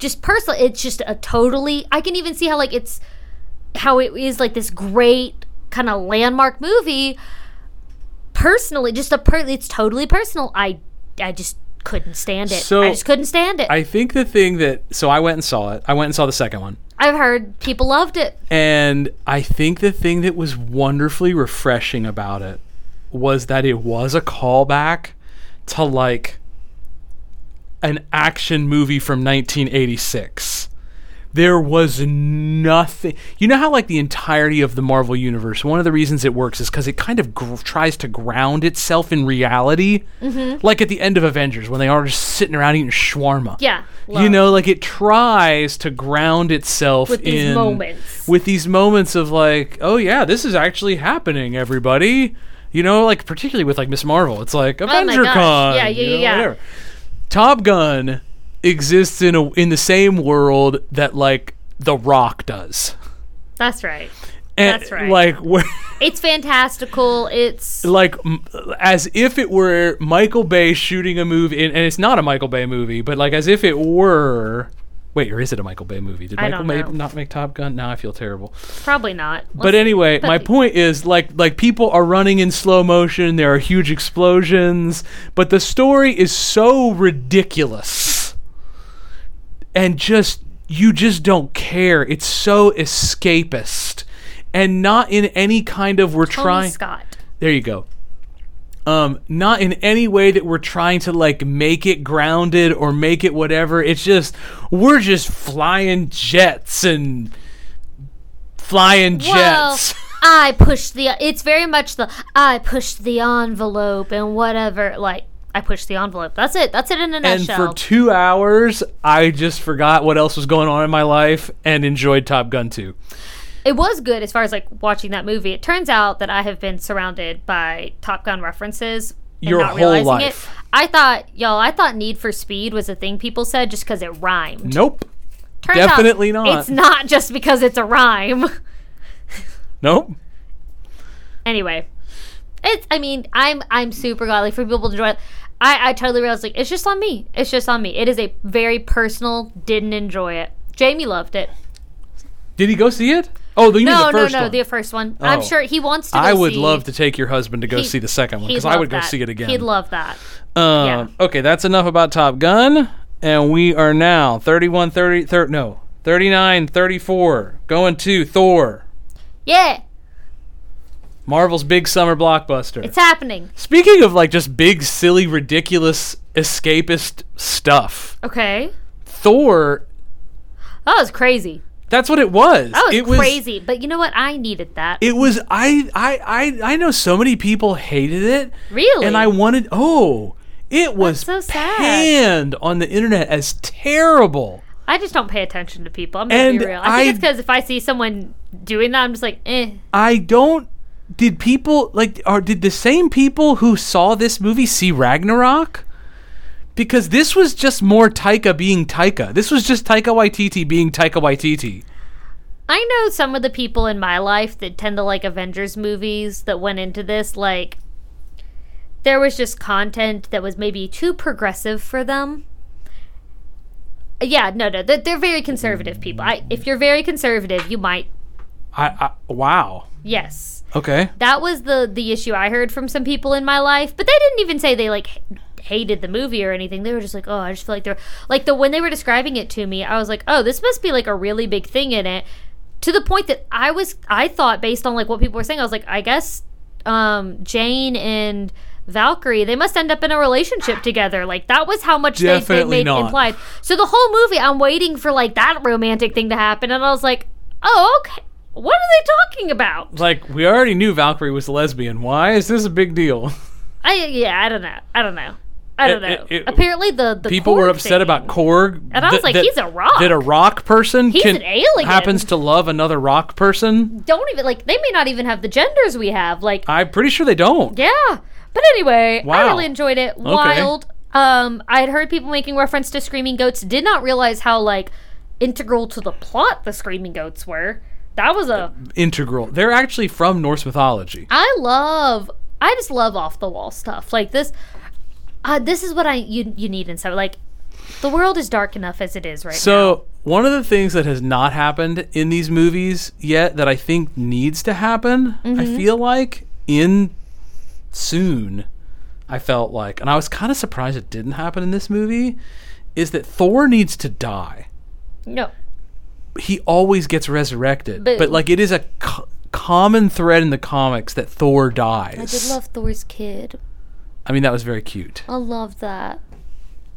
Just personally, it's just a totally. I can even see how like it's how it is like this great kind of landmark movie. Personally, just a per. It's totally personal. I I just couldn't stand it.
So,
I just couldn't stand it. I,
I think the thing that so I went and saw it. I went and saw the second one.
have heard people loved it.
And I think the thing that was wonderfully refreshing about it was that it was a callback to like an action movie from 1986. There was nothing. You know how, like, the entirety of the Marvel Universe, one of the reasons it works is because it kind of gr- tries to ground itself in reality. Like at the end of Avengers, when they are just sitting around eating shawarma.
Yeah,
You
love.
know, like, it tries to ground itself
With these
in-
moments.
with these moments of like oh yeah this is actually happening everybody you know like particularly with like miss marvel it's like
Oh my
avenger
gosh.
con
Yeah, yeah,
you know,
yeah, yeah.
whatever. top gun exists in a in the same world that like the rock does
That's right.
and
That's right.
like where
It's fantastical. It's
like m- as if it were Michael Bay shooting a movie, and, and it's not a Michael Bay movie, but like as if it were. Wait, or is it a Michael Bay movie? Did
I
Michael
don't
Bay
know.
not make Top Gun? Now I feel terrible.
probably not.
But
Let's-
anyway, my
but-
point is like like people are running in slow motion, there are huge explosions, but the story is so ridiculous. And just you just don't care. It's so escapist and not in any kind of we're
Tony
trying
Scott.
there you go. Um, not in any way that we're trying to like make it grounded or make it whatever. It's just we're just flying jets and flying jets.
I pushed the. It's very much the I pushed the envelope and whatever. Like I pushed the envelope. That's it. That's it in a
and
nutshell.
for two hours, I just forgot what else was going on in my life and enjoyed Top Gun 2.
it was good as far as like watching that movie. It turns out that I have been surrounded by Top Gun references and
Your
not
whole
realizing
life.
it. I thought, y'all, I thought Need for Speed was a thing people said just because it rhymed.
Nope.
Turns out
definitely not.
It's not just because it's a rhyme.
Nope.
anyway, it's. I mean, I'm I'm super glad like for people to enjoy. I I totally realized like it's just on me. It's just on me. It is a very personal. Didn't enjoy it. Jamie loved it.
Did he go see it? Oh, you mean
No,
the
no,
first
no,
one.
the first one. I'm
Oh.
sure he wants to. Go
I would
see-
love to take your husband to go
he-
see the second one
he'd
because I
love
would go
that.
see it again.
He'd love that.
Um, Okay, that's enough about Top Gun. And we are now 31, 30, thir- no, 39, 34, going to Thor,
Yeah,
Marvel's big summer blockbuster.
it's happening.
Speaking of like just big, silly, ridiculous, escapist stuff,
Okay,
Thor,
that was crazy.
that's what it was.
That was,
it was
crazy. But you know what? I needed that.
It was I, I I I know so many people hated it.
Really?
And I wanted oh, it was
so sad.
panned on the internet as terrible.
I just don't pay attention to people. I'm gonna
And
be real. I think
I-
it's because if I see someone doing that, I'm just like, eh.
I don't. Did people like? Or did the same people who saw this movie see Ragnarok? Because this was just more Taika being Taika. This was just Taika Waititi being Taika Waititi.
I know some of the people in my life that tend to like Avengers movies that went into this. Like, there was just content that was maybe too progressive for them. Yeah, no, no, they're, they're very conservative people. I, if you're very conservative, you might.
I, I wow.
Yes,
Okay.
that was the the issue I heard from some people in my life, but they didn't even say they like h- hated the movie or anything. They were just like, "Oh, I just feel like they're like the when they were describing it to me, I was like, "Oh, this must be like a really big thing in it." To the point that I was I thought based on like what people were saying, I was like, "I guess um Jane and Valkyrie, they must end up in a relationship together. Like that was how much they, they
Definitely
made
not.
implied. So the whole movie, I'm waiting for like that romantic thing to happen, and I was like, "Oh, okay, what are they talking about?"
Like we already knew Valkyrie was lesbian. Why is this a big deal?
I yeah, I don't know. I don't know. I don't
It-
know.
it- it-
Apparently the, the
People were
Korg
upset
thing-
about Korg. And
I was like, he's a rock.
That a rock person
He's
can,
an alien.
happens to love another rock person.
Don't even like they may not even have the genders we have. Like
I'm pretty sure they don't.
yeah. But anyway, I
Uh, Wow.
really enjoyed it. Wild. Um, I had heard people making reference to Screaming Goats. Did not realize how like integral to the plot the Screaming Goats were. That was a
Integral. They're actually from Norse mythology.
I love. I just love off the wall stuff like this. Uh, this is what I you you need in summer. Like the world is dark enough as it is right now.
So one of the things that has not happened in these movies yet that I think needs to happen, I
Mm-hmm.
feel like in soon, I felt like, and I was kind of surprised it didn't happen in this movie, is that Thor needs to die.
No,
He always gets resurrected,
But-
but, like it is a co- common thread in the comics that Thor dies.
I did love Thor's kid.
I mean, that was very cute,
I love that.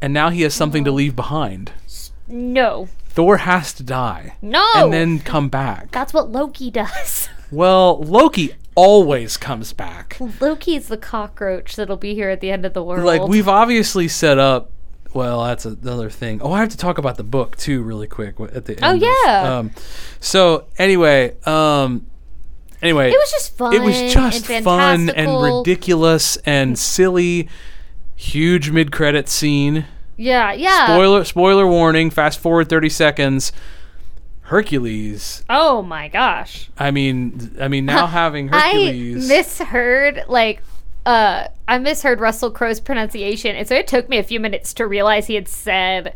and now he has something
Oh.
to leave behind.
No,
Thor has to die
no.
and then come back.
that's what Loki does.
Well, Loki always comes back.
Loki is the cockroach that'll be here at the end of the world.
Like we've obviously set up. Well, that's another thing. Oh, I have to talk about the book too, really quick w- at the end. of-
Oh, yeah.
um, so anyway, um, anyway,
It was just fun.
it was just
and
fun and
fantastical. Mm.
ridiculous and silly. Huge mid-credit scene.
Yeah, yeah.
Spoiler spoiler warning. Fast forward thirty seconds. Hercules.
Oh my gosh,
I mean, I mean, now having Hercules.
I misheard like. Uh, I misheard Russell Crowe's pronunciation, and so it took me a few minutes to realize he had said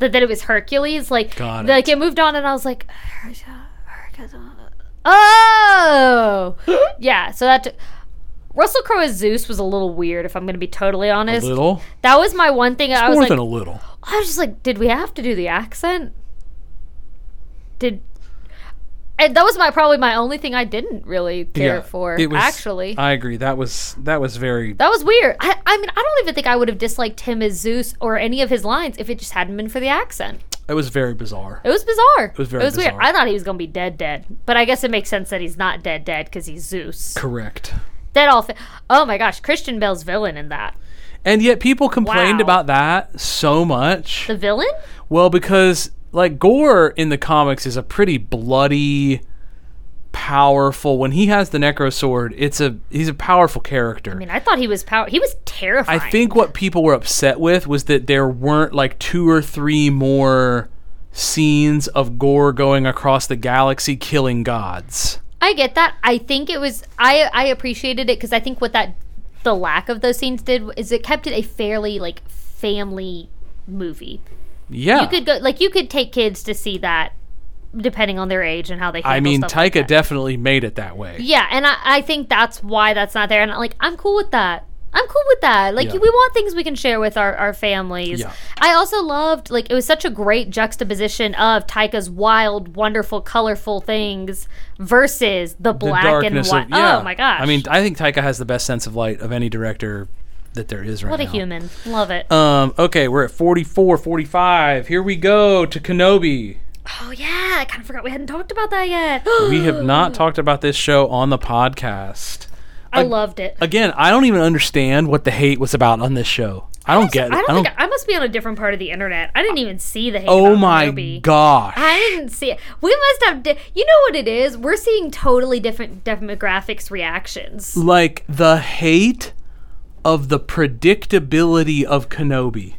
that, that it was Hercules. Like,
Got it.
like it moved on, and I was like, oh, yeah. So that Russell Crowe as Zeus was a little weird, if I'm going to be totally honest.
little
That was my one thing. I was
more
like,
than a little.
I was just like, did we have to do the accent? Did and that was my probably my only thing I didn't really care for.
it was- uh,
actually,
I agree. That was that was very
that was weird. I, I mean, I don't even think I would have disliked him as Zeus or any of his lines if it just hadn't been for the accent.
it was very bizarre.
It was bizarre. It
was very
It was weird.
bizarre.
I thought he was gonna be dead, dead. But I guess it makes sense that he's not dead, dead because he's Zeus.
Correct.
That all. Fi- oh my gosh, Christian Bale's villain in that.
And yet people complained
Wow.
about that so much.
The villain?
well, because like gore in the comics is a pretty bloody powerful. When he has the Necro Sword, it's a he's a powerful character.
I mean, I thought he was power. He was terrifying.
I think what people were upset with was that there weren't like two or three more scenes of gore going across the galaxy killing gods.
I get that. I think it was. I I appreciated it because I think what that the lack of those scenes did is it kept it a fairly like family movie.
Yeah.
You could go like you could take kids to see that depending on their age and how they. Handle
I mean,
stuff like
Taika
that.
definitely made it that way.
Yeah, and I, I think that's why that's not there. And like, I'm cool with that. I'm cool with that. Like,
Yeah.
we want things we can share with our, our families.
Yeah.
I also loved, like, it was such a great juxtaposition of Taika's wild, wonderful, colorful things versus the
The
black and
darkness
white.
of yeah.
Oh, my gosh.
I mean, I think Taika has the best sense of light of any director that there is right
what a
now.
human. Love it.
Um, okay, we're at 44, 45. Here we go to Kenobi.
oh, yeah. I kind of forgot we hadn't talked about that yet.
We have not talked about this show on the podcast.
I loved it.
Again, I don't even understand what the hate was about on this show. I don't get it.
I don't, think I, must be on a different part of the internet. I didn't even see the hate
oh
about
my
Kenobi.
gosh.
I didn't see it. We must have. Di- you know what it is? We're seeing totally different demographics reactions.
like the hate of the predictability of Kenobi.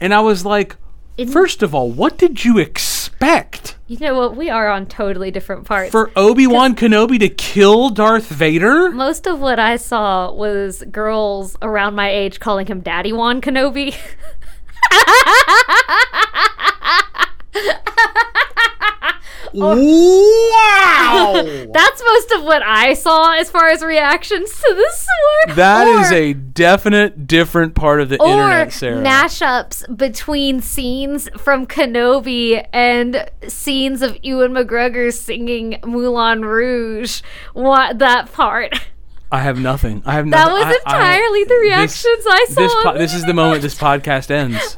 And I was like,
Isn't-
first of all, what did you expect?
You know what? We are on totally different parts.
For Obi Wan Kenobi to kill Darth Vader?
most of what I saw was girls around my age calling him Daddy Wan Kenobi. oh.
Wow!
That's most of what I saw as far as reactions to this one.
That
or,
is a definite different part of the
or
internet, Sarah.
mashups between scenes from Kenobi and scenes of Ewan McGregor singing Moulin Rouge. What that part?
I have nothing. I have
That
nothing.
was
I- I-
entirely the
this-
reactions I saw.
This, po-
on
this
the
is the moment this podcast ends.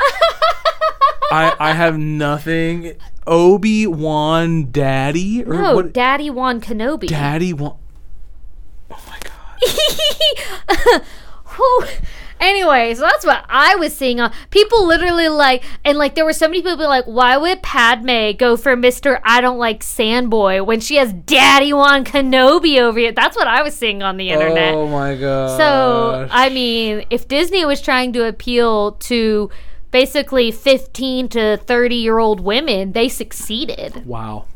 I, I have nothing. Obi Wan Daddy? Or
No,
what?
Oh, Daddy Wan Kenobi.
Daddy Wan. Oh my god.
Whew. Anyway, so that's what I was seeing. On people literally like, and like, there were so many people like, why would Padme go for Mister I don't like Sandboy when she has Daddy Wan Kenobi over here? That's what I was seeing on the internet.
Oh my god.
So, I mean, if Disney was trying to appeal to basically 15 to 30 year old women, they succeeded.
wow.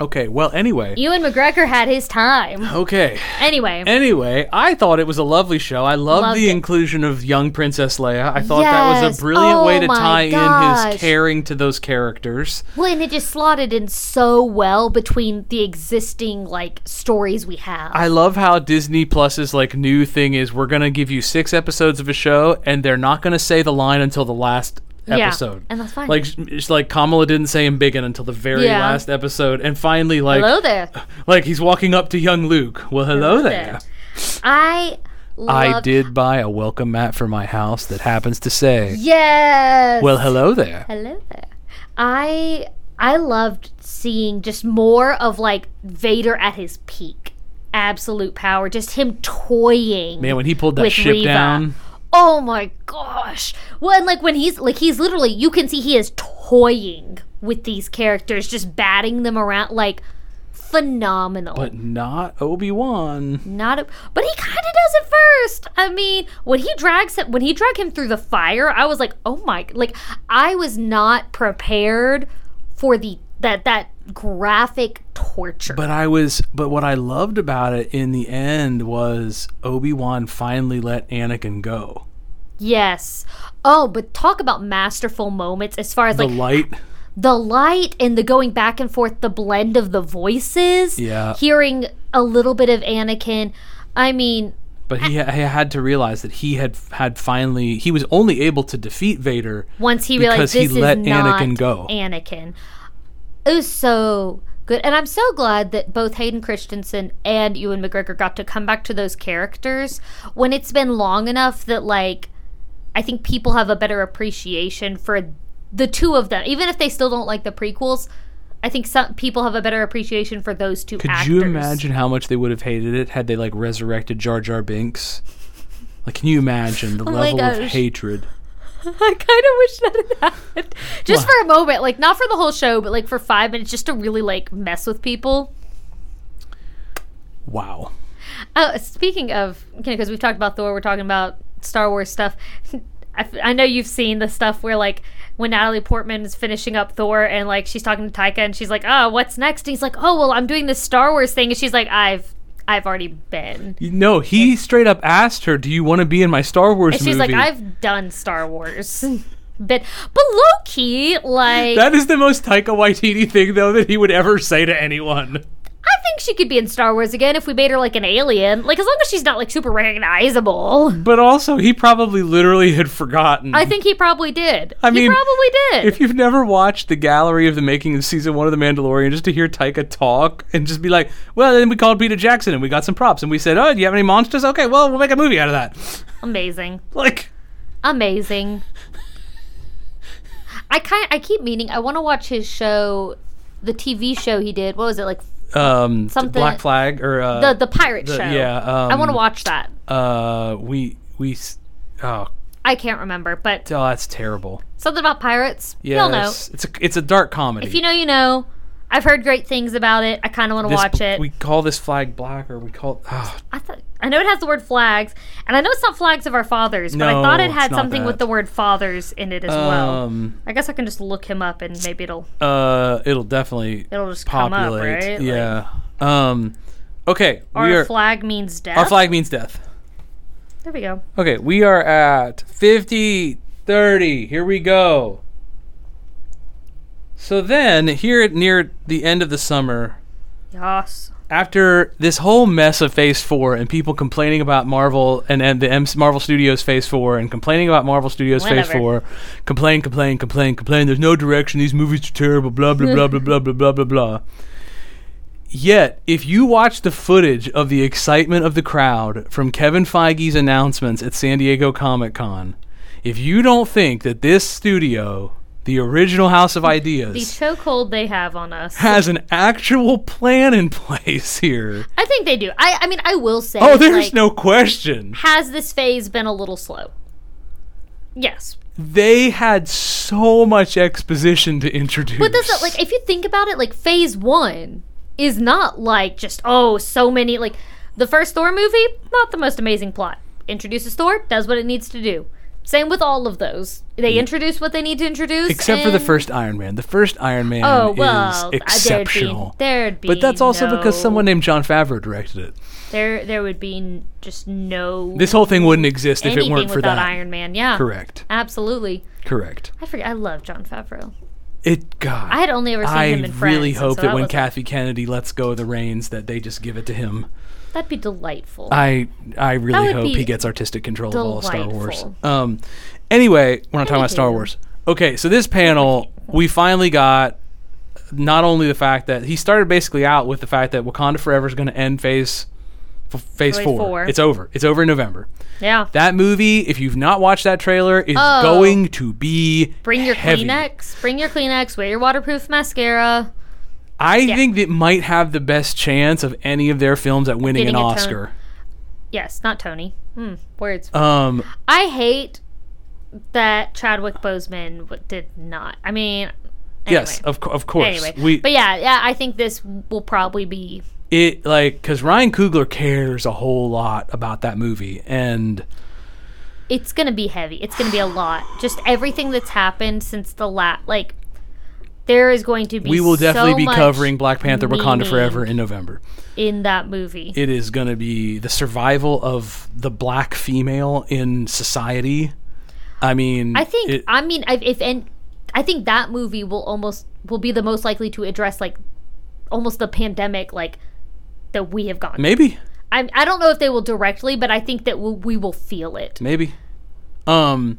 Okay. Well, anyway.
Ewan McGregor had his time.
Okay.
Anyway,
Anyway, I thought it was a lovely show. I loved,
Loved
the
it.
inclusion of young Princess Leia. I thought that was
Yes.
a brilliant way
Oh
to
my
tie in
gosh.
his caring to those characters.
well, and it just slotted in so well between the existing like stories we have.
I love how Disney Plus's like new thing is we're gonna give you six episodes of a show, and they're not gonna say the line until the last
Yeah,
episode.
and that's fine.
Like, it's like Kamala didn't say "I'm Biggin" until the very
Yeah.
last episode, and finally, like,
Hello there.
like he's walking up to young Luke. Well, hello, there.
there. I
I
loved-
did buy a welcome mat for my house that happens to say,
Yes.
"Well, hello there."
Hello there. I I loved seeing just more of like Vader at his peak, absolute power, just him toying.
Man, when he pulled that
with
ship
Reva.
down,
Oh my gosh! Well, and like when he's like he's literally you can see he is toying with these characters, just batting them around like phenomenal.
but not Obi Wan.
Not, a, but he kind of does it first. I mean, when he drags him, when he dragged him through the fire, I was like, oh my, like I was not prepared for the that that graphic torture.
But I was, but what I loved about it in the end was Obi Wan finally let Anakin go.
yes. Oh, but talk about masterful moments as far as
The
like
light,
the light and the going back and forth, the blend of the voices.
Yeah.
Hearing a little bit of Anakin. I mean,
but he, ha- he had to realize that he had had finally he was only able to defeat Vader.
once he
Because
realized
he
this
let
is not
Anakin go.
Anakin. It was so good, and I'm so glad that both Hayden Christensen and Ewan McGregor got to come back to those characters when it's been long enough that like I think people have a better appreciation for the two of them, even if they still don't like the prequels. I think some people have a better appreciation for those two
Could
actors.
you imagine how much they would have hated it had they like resurrected Jar Jar Binks? Like, can you imagine the
Oh my
level of
gosh.
hatred?
I kind of wish that had happened just for a moment, like not for the whole show, but like for five minutes, just to really like mess with people.
Wow.
Oh, speaking of, because we've talked about Thor, we're talking about Star Wars stuff. I, f- I know you've seen the stuff where like when Natalie Portman is finishing up Thor and like she's talking to Taika and she's like, "Oh, what's next?" And he's like, "Oh, well, I'm doing this Star Wars thing," and she's like, "I've." I've already been.
You- No, he straight up asked her, "Do you want to be in my Star Wars
And she's
movie?"
like, I've done Star Wars. but but low key, like
That is the most Taika Waititi thing, though, that he would ever say to anyone.
I think she could be in Star Wars again if we made her like an alien. Like as long as she's not like super recognizable.
But also, he probably literally had forgotten.
I think he probably did.
I
he
mean,
probably did.
if you've never watched the gallery of the making of season one of The Mandalorian, just to hear Taika talk and just be like, well, then we called Peter Jackson and we got some props and we said, oh, do you have any monsters? Okay, well, we'll make a movie out of that.
Amazing.
Like,
Amazing. I kind I keep meaning I want to watch his show, the TV show he did. What was it like
um,
Something-
Black Flag or uh,
the the pirate show?
yeah,
I want to
um,
watch that.
uh, we we, s- oh,
I can't remember, but
oh, that's terrible.
something about pirates.
Yes,
You'll know.
it's a it's a dark comedy.
If you know, you know. I've heard great things about it. I kind of want to
This-
watch it.
We call this flag black, or we call oh,
I thought I know it has the word flags, and I know it's not flags of our fathers, but I
No,
thought it had
it's not
something with
that.
the word fathers in it as well.
um,
I guess I can just look him up and maybe it'll
uh, it'll definitely
it'll just come up,
populate.
right? Like,
Yeah. um. Okay.
our
we are.
flag means death.
Our flag means death.
There we go.
Okay. We are at 50, 30. Here we go. So then, here at near the end of the summer,
Yes.
after this whole mess of Phase Four and people complaining about Marvel and, and the M- Marvel Studios Phase Four and complaining about Marvel Studios Phase
Whatever.
Four, complain, complain, complain, complain. There's no direction. These movies are terrible. Blah blah blah blah blah blah blah blah blah. Yet, if you watch the footage of the excitement of the crowd from Kevin Feige's announcements at San Diego Comic Con, if you don't think that this studio, the original House of
The
Ideas,
chokehold they have on us.
has an actual plan in place here.
I think they do. I I mean I will say
Oh, there's
like,
no question.
has this phase been a little slow? Yes.
They had so much exposition to introduce.
But that's not like if you think about it, like phase one is not like just oh so many like the first Thor movie, not the most amazing plot. Introduces Thor, does what it needs to do. Same with all of those. They introduce what they need to introduce.
Mm. Except for the
and-
first Iron Man. The first Iron Man
Oh well, uh,
is exceptional.
There'd be, there'd be
but that's also
no-
because someone named John Favreau directed it.
there there would be n- just no
This whole thing wouldn't exist if
anything
it weren't for
without
that.
Iron Man. Yeah,
Correct.
absolutely.
Correct.
I forget. I love John Favreau.
It God.
I had only ever seen
I
him in Friends.
really
and
hope
so
that when
wasn't-
Kathy Kennedy lets go of the reins that they just give it to him.
that'd be delightful.
I I really
would
hope
be
he gets artistic control of all of Star Wars.
delightful.
Um, anyway, we're not talking about Star
Anywho.
Wars. Okay, so this panel we finally got not only the fact that he started basically out with the fact that Wakanda Forever is going to end phase f- phase
Phase
four.
four.
It's over. It's over in November.
yeah,
That movie, if you've not watched that trailer, is
Oh.
going to be
Bring your
heavy.
Kleenex. Bring your Kleenex. Wear your waterproof mascara.
I think that might have the best chance of any of their films at winning
Getting
an
a ton-
Oscar.
Yes, not Tony. Hmm, words.
Um,
I hate that Chadwick Boseman w- did not. I mean, anyway.
yes, of, co- of course.
Anyway,
We,
but yeah, yeah, I think this will probably be.
it like because Ryan Coogler cares a whole lot about that movie, and
It's gonna be heavy. It's gonna be a lot. Just everything that's happened since the last, like, there is going to be.
we will definitely
so
be
much
covering Black Panther: Wakanda
meaning.
Forever in November.
in that movie.
It is going to be the survival of the black female in society. I mean,
I think.
it-
I mean, I, if and I think that movie will almost will be the most likely to address like almost the pandemic like that we have gone.
maybe,
I I don't know if they will directly, but I think that we'll, we will feel it.
maybe. Um,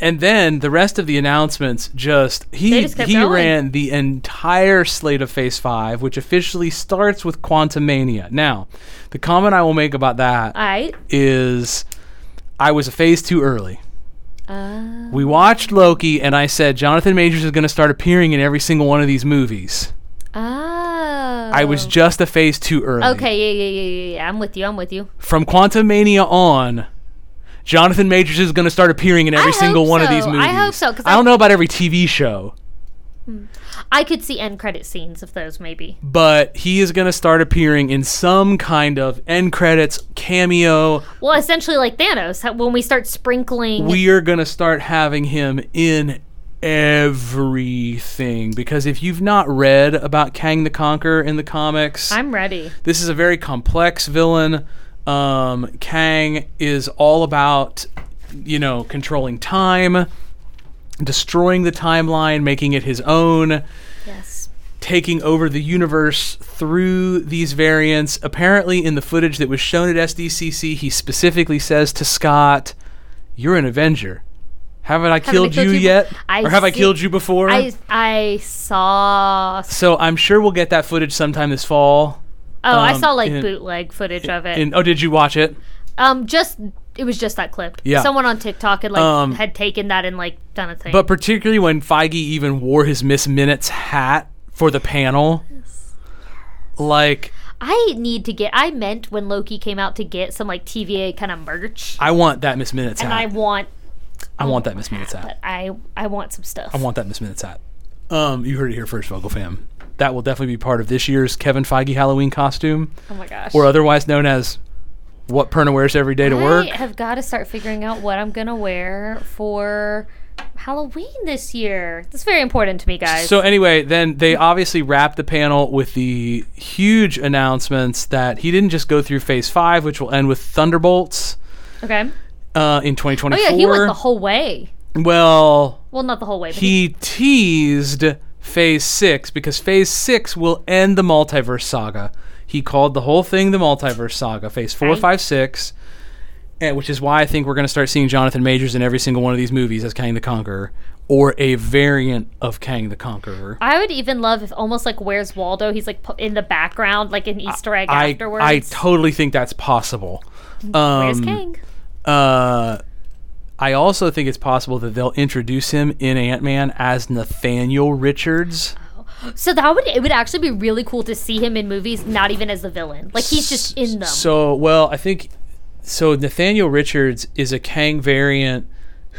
and then the rest of the announcements just he
They just kept
he
going.
ran the entire slate of Phase Five, which officially starts with Quantumania. Now, the comment I will make about that
All right.
is I was a phase too early.
Ah.
We watched Loki, and I said Jonathan Majors is going to start appearing in every single one of these movies.
Oh.
I was just a phase too early.
Okay. Yeah. Yeah. Yeah. Yeah. yeah. I'm with you. I'm with you.
From Quantumania on, Jonathan Majors is going to start appearing in every
I
single
hope
one of these
so.
movies.
I hope so, 'cause
I
I-
don't know about every TV show.
I could see end credit scenes of those maybe.
But he is going to start appearing in some kind of end credits cameo.
Well, essentially like Thanos how- when we start sprinkling
We are going to start having him in everything because if you've not read about Kang the Conqueror in the comics,
I'm ready.
this is a very complex villain. Um, Kang is all about, you know, controlling time, destroying the timeline, making it his own,
Yes.
taking over the universe through these variants. Apparently, in the footage that was shown at SDCC, he specifically says to Scott, "You're an Avenger. Haven't I killed
killed
you,
you be-
yet?
I
or have I
see-
killed you before?"
I I saw
so I'm sure we'll get that footage sometime this fall.
Oh, I
Um,
saw like
in-
bootleg footage of it.
And oh, did you watch it?
um, just it was just that clip.
Yeah.
Someone on TikTok had like
Um,
had taken that and like done a thing.
But particularly when Feige even wore his Miss Minutes hat for the panel. Like,
I need to get. I meant when Loki came out to get some like TVA kind of merch,
I want that Miss Minutes
and I
hat.
want
I, want that Miss Minutes hat.
I I want some stuff.
I want that Miss Minutes hat. Um, you heard it here first, Vocal Fam. That will definitely be part of this year's Kevin Feige Halloween costume,
oh my gosh!
or otherwise known as what Perna wears every day to work.
I have got to start figuring out what I'm gonna wear for Halloween this year. That's very important to me, guys.
So anyway, then they obviously wrapped the panel with the huge announcements that he didn't just go through Phase Five, which will end with Thunderbolts
okay.
uh, in 2024.
Oh yeah, he went the whole way.
Well,
Well, not the whole way. But he,
he teased Phase 6 because Phase 6 will end the multiverse saga. He called the whole thing the multiverse saga, Phase 4,
Right.
5, 6, and eh, which is why I think we're going to start seeing Jonathan Majors in every single one of these movies as Kang the Conqueror or a variant of Kang the Conqueror.
I would even love if almost like Where's Waldo? He's like pu- in the background, like an Easter egg
I,
afterwards.
I totally think that's possible.
Where's
Um,
King?
Uh, I also think it's possible that they'll introduce him in Ant Man as Nathaniel Richards.
So that would it would actually be really cool to see him in movies, not even as the villain. Like he's just in them.
So, well, I think so. Nathaniel Richards is a Kang variant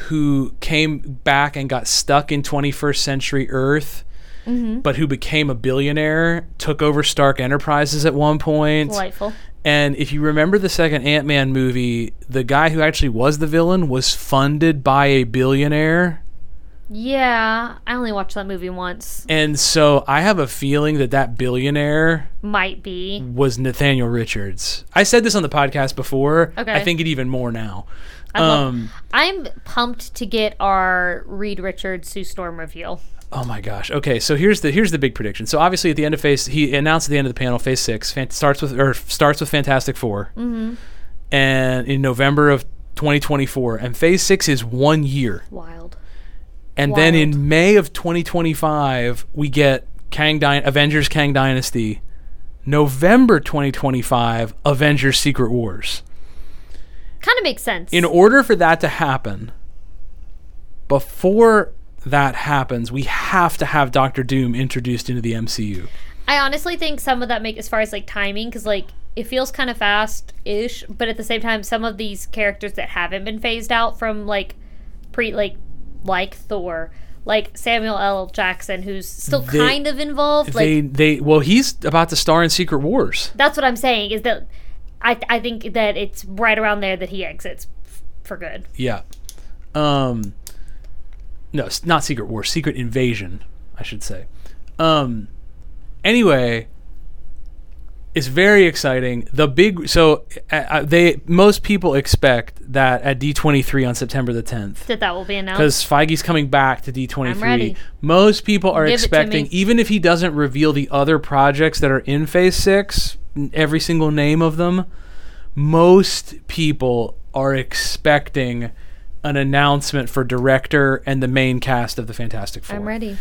who came back and got stuck in 21st century Earth, but who became a billionaire, took over Stark Enterprises at one point.
Delightful.
And if you remember the second Ant Man movie, the guy who actually was the villain was funded by a billionaire.
Yeah, I only watched that movie once.
And so I have a feeling that that billionaire
Might be.
was Nathaniel Richards. I said this on the podcast before.
Okay.
I think it even more now.
love-
um,
I'm pumped to get our Reed Richards Sue Storm reveal.
oh my gosh. Okay, so here's the here's the big prediction. So obviously at the end of phase, he announced at the end of the panel, phase six fan- starts with or starts with Fantastic 4
Mm-hmm.
and in November of 2024, and phase six is one year,
Wild.
and then
Wild.
in May of 2025 we get Kang Dy- Avengers Kang Dynasty, November 2025 Avengers Secret Wars.
Kind of makes sense.
in order for that to happen, before that happens, we have to have Doctor Doom introduced into the MCU.
I honestly think some of that make as far as like timing because like it feels kind of fast ish, but at the same time, some of these characters that haven't been phased out from like pre like like Thor, like Samuel L. Jackson, who's still
They-
kind of involved. Like
they they well, he's about to star in Secret Wars.
that's what I'm saying is that I I think that it's right around there that he exits f- for good.
Yeah. Um no, it's not Secret War, Secret Invasion, I should say. Um anyway, it's very exciting. The big so uh, uh, they most people expect that at D23 on September the 10th
That that will be announced.
because Feige's coming back to D23.
I'm ready.
Most people are
Give it to
expecting,
me.
even if he doesn't reveal the other projects that are in Phase 6, n- every single name of them, most people are expecting an announcement for director and the main cast of the Fantastic Four.
I'm ready.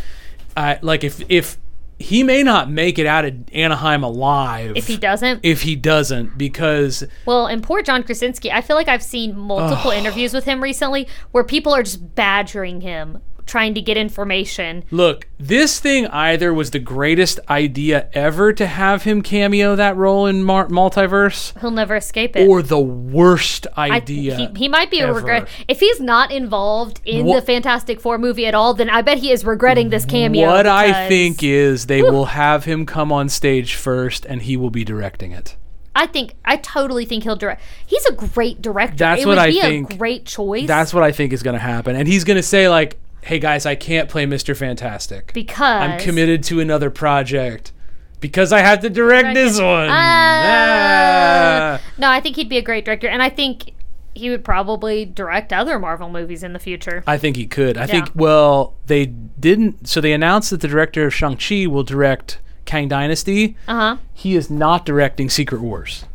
I, like, if, if he may not make it out of Anaheim alive.
If he doesn't,
If he doesn't, because
Well, and poor John Krasinski. I feel like I've seen multiple interviews with him recently where people are just badgering him trying to get information.
Look, this thing either was the greatest idea ever to have him cameo that role in Mar- Multiverse,
He'll never escape it.
or the worst
I-
idea.
he, he might be a
ever.
regret if he's not involved in
Wha-
the Fantastic Four movie at all. Then I bet he is regretting this cameo.
What I
because
think is they will have him come on stage first, and he will be directing it.
I think I totally think he'll direct. He's a great director.
That's
it
what
would
I
be
think.
A great choice.
That's what I think is going to happen, and he's going to say like, "Hey guys, I can't play Mister Fantastic.
because
I'm committed to another project because I have to direct this one."
Ah.
Ah.
No, I think he'd be a great director, and I think he would probably direct other Marvel movies in the future.
I think he could. I think
Yeah.
well, they didn't so they announced that the director of Shang-Chi will direct Kang Dynasty.
Uh huh.
He is not directing Secret Wars.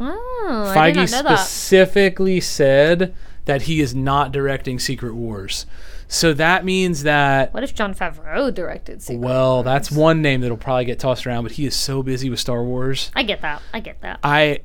Oh, I did
Feige
not know that.
specifically said that he is not directing Secret Wars. So that means that
What if John Favreau directed? Secret?
well, that's one name that'll probably get tossed around, but he is so busy with Star Wars.
I get that. I get that.
I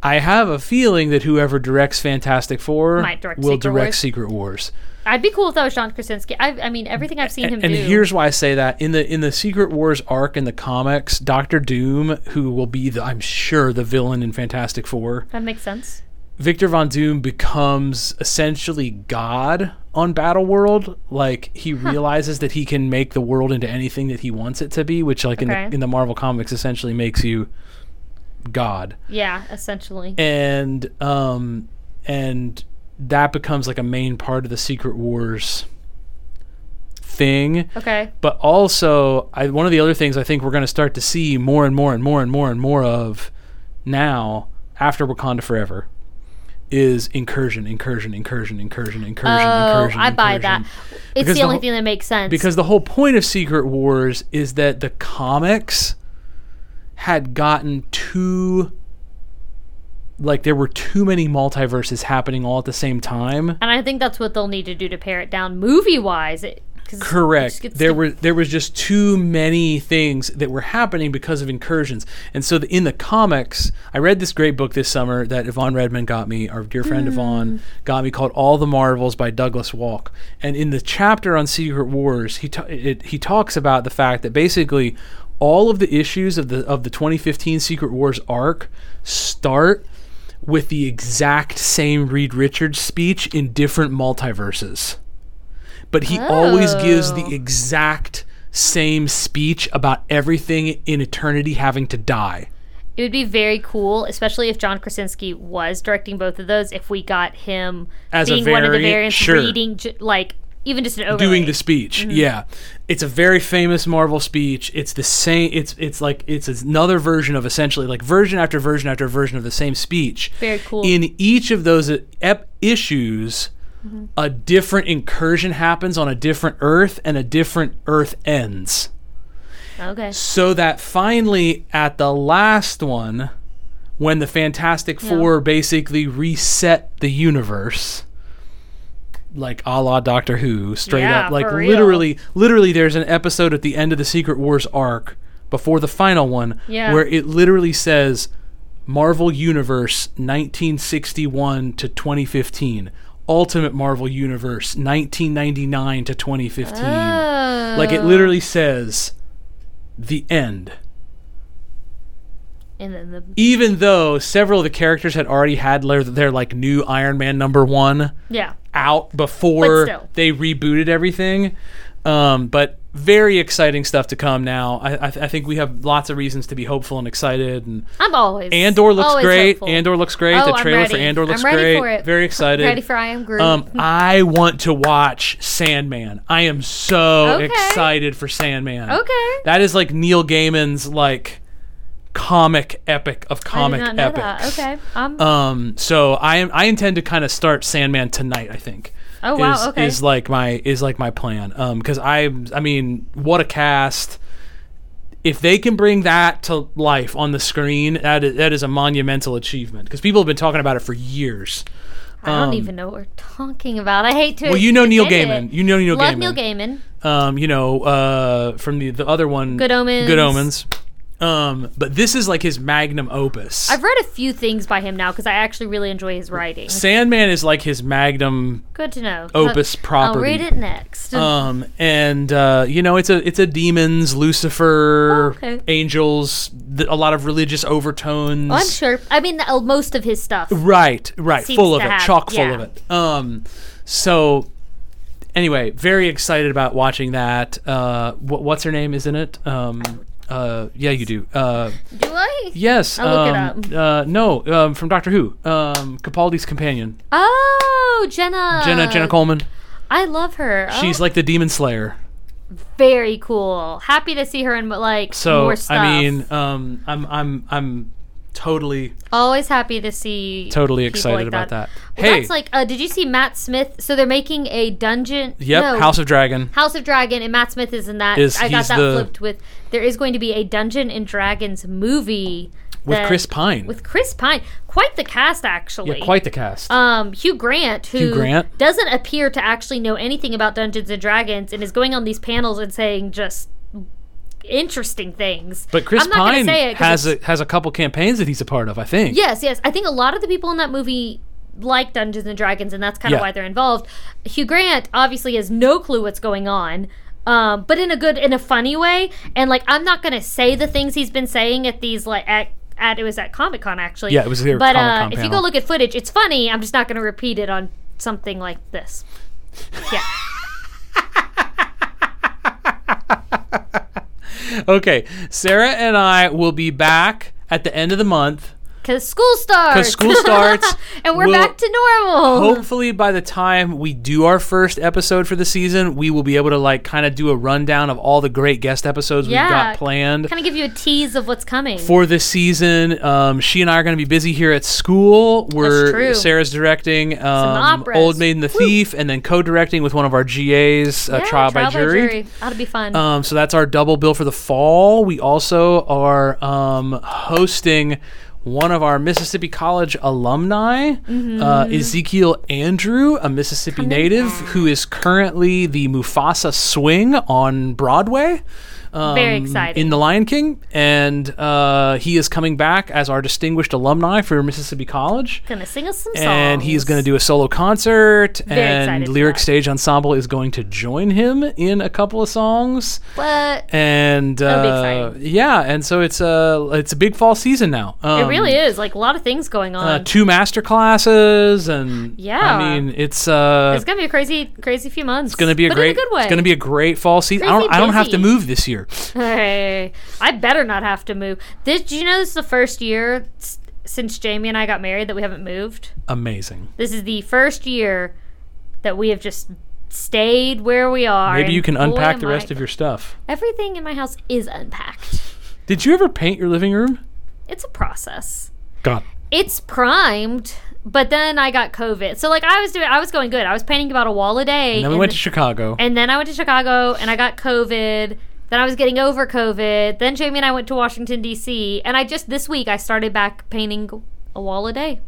I have a feeling that whoever directs Fantastic Four
Might direct
will
Secret
direct
Wars.
Secret Wars.
I'd be cool if that was John Krasinski. I, I mean, everything I've seen him
and
do.
here's why I say that in the in the Secret Wars arc in the comics, Doctor Doom, who will be the I'm sure the villain in Fantastic Four,
that makes sense.
Victor Von Doom becomes essentially God on Battle World. Like he realizes that he can make the world into anything that he wants it to be, which like in
Okay.
the in the Marvel comics essentially makes you God
Yeah, essentially.
and um and that becomes like a main part of the secret wars thing
okay.
but also I, one of the other things i think we're going to start to see more and more and more and more and more of now after wakanda forever is incursion incursion incursion incursion incursion
Oh,
incursion
I buy
incursion.
that. It's
Because
the
the
only
whole-
thing that makes sense.
Because the whole point of Secret Wars is that the comics had gotten too like there were too many multiverses happening all at the same time.
and I think that's what they'll need to do to pare it down movie wise.
Correct. There
There
were there was just too many things that were happening because of incursions. And so the, in the comics, I read this great book this summer that Yvonne Redman got me, our dear friend Yvonne got me called All the Marvels by Douglas Walk. And in the chapter on Secret Wars, he ta- it, he talks about the fact that basically all of the issues of the of the 2015 Secret Wars arc start with the exact same Reed Richards speech in different multiverses but he always gives the
Oh.
exact same speech about everything in eternity having to die.
it would be very cool, especially if John Krasinski was directing both of those. If we got him
As a
being one of the
variant,
variants,
sure.
reading j- like even just an overlay.
Doing the speech.
Mm-hmm.
Yeah. It's a very famous Marvel speech. It's the same it's it's like it's another version of essentially like version after version after version of the same speech.
Very cool.
In each of those uh, ep- issues
Mm-hmm.
a different incursion happens on a different earth and a different earth ends.
okay.
so that finally at the last one when the fantastic four basically reset the universe like a la doctor who straight
Yeah,
up like
for real.
literally literally there's an episode at the end of the secret wars arc before the final one
Yeah.
where it literally says marvel universe 1961 to 2015 ultimate marvel universe 1999 to 2015 like it literally says the end.
And then the
Even though several of the characters had already had their, their like new Iron Man number one
yeah.
out before
still.
they rebooted everything, um, but very exciting stuff to come now. I, I, th- I think we have lots of reasons to be hopeful and excited. And
I'm always
Andor looks
always
great.
hopeful.
Andor looks great.
Oh,
the
I'm
trailer for
ready.
Andor
I'm
looks
ready
great.
for it.
Very excited.
ready for I am Groot.
Um, I want to watch Sandman. I am so
Okay.
excited for Sandman.
Okay.
That is like Neil Gaiman's like comic epic of comic
I did not know
epics.
that. Okay. Um,
Um, so I am I intend to kind of start Sandman tonight. I think.
Oh, wow,
Is,
okay.
Is like my is like my plan. Um, because I I mean what a cast. If they can bring that to life on the screen, that is, that is a monumental achievement. Because people have been talking about it for years.
I don't even know what we're talking about. I hate to.
Um, Well, you know Neil
admit it.
Gaiman. You know Neil
Love
Gaiman.
Neil Gaiman.
Um, you know, uh, from the the other one,
Good Omens.
Good Omens. Um, but this is like his magnum opus.
I've read a few things by him now because I actually really enjoy his writing.
Sandman is like his magnum
Good to know.
Opus
I'll
property.
read it next.
um and uh you know it's a it's a demons lucifer
Oh, okay.
angels th- a lot of religious overtones
I'm sure. I mean, uh, most of his stuff.
right right
Seems
full of
to
it
have-
chock full
yeah.
of it um so anyway very excited about watching that uh wh- what's her name is in it um uh yeah you do uh
Do I?
yes
I'll look it
um, uh no um from doctor who um capaldi's companion
Oh, Jenna.
jenna jenna coleman
I love her. Oh,
she's like the demon slayer
very cool. Happy to see her in like
So
more stuff.
I mean, um, I'm I'm I'm totally
always happy to see.
totally
people
excited
like
about that.
Well,
hey,
that's like. Uh, did you see Matt Smith? So they're making a dungeon.
yep,
no,
House of Dragon.
House of Dragon, and Matt Smith is in that.
Is-
I
he's
got that
the-
flipped with. There is going to be a Dungeon and Dragons movie
With
that-
Chris Pine.
With Chris Pine, quite the cast actually.
yeah, quite the cast.
Um, Hugh Grant, who
Hugh Grant.
doesn't appear to actually know anything about Dungeons and Dragons, and is going on these panels and saying just interesting things.
but Chris
I'm not gonna
Pine
say it 'cause
has
it's-
a, has a couple campaigns that he's a part of. I think.
Yes, yes. I think a lot of the people in that movie like Dungeons and Dragons, and that's kind
Yeah.
of why they're involved. Hugh Grant obviously has no clue what's going on. Um, but in a good, in a funny way, and like I'm not gonna say the things he's been saying at these like at, at it was at Comic Con actually.
Yeah, it was their
But uh,
Comic-Con
if you go
panel.
look at footage, it's funny. I'm just not gonna repeat it on something like this. Yeah,
Okay, Sarah and I will be back at the end of the month.
because school starts.
'Cause school starts,
and we're
we'll
back to normal.
Hopefully, by the time we do our first episode for the season, we will be able to like kind of do a rundown of all the great guest episodes we've
Yeah.
got planned.
Kind of give you a tease of what's coming.
for this season. Um, she and I are going to be busy here at school. We're
true.
Sarah's directing um,
operas.
Old Maid and the Thief, and then co-directing with one of our GAs, uh,
Yeah,
Trial, by, Jury.
That'll be fun.
Um, so that's our double bill for the fall. We also are um, hosting one of our Mississippi College alumni,
Mm-hmm.
uh, Ezekiel Andrew, a Mississippi native who is currently the Mufasa swing on Broadway. Um,
Very exciting.
In The Lion King, and uh, he is coming back as our distinguished alumni for Mississippi College.
gonna sing us some songs.
And he's going to do a solo concert,
excited
and
for
Lyric
that.
Stage Ensemble is going to join him in a couple of songs
But
and
be
uh,
exciting.
yeah, and so it's a it's a big fall season now. Um,
it really is like a lot of things going
Uh,
on.
two master classes, and
Yeah.
I mean it's uh,
it's gonna be a crazy, crazy few months. It's
gonna be a
but
great
in a good way.
it's gonna be a great fall season. I
Crazy
don't I don't have to
busy.
move this year.
Hey, I better not have to move. Did you know this is the first year s- since Jamie and I got married that we haven't moved?
Amazing.
This is the first year that we have just stayed where we are.
Maybe you
and
can
boy,
unpack
am
the rest
I-
of your stuff.
Everything in my house is unpacked.
Did you ever paint your living room?
It's a process.
God,
it's primed but then i got covid so like i was doing i was going good i was painting about a wall a day
and then we went to Chicago.
and then i went to chicago and i got covid then i was getting over covid then jamie and i went to washington d.c and i just this week i started back painting a wall a day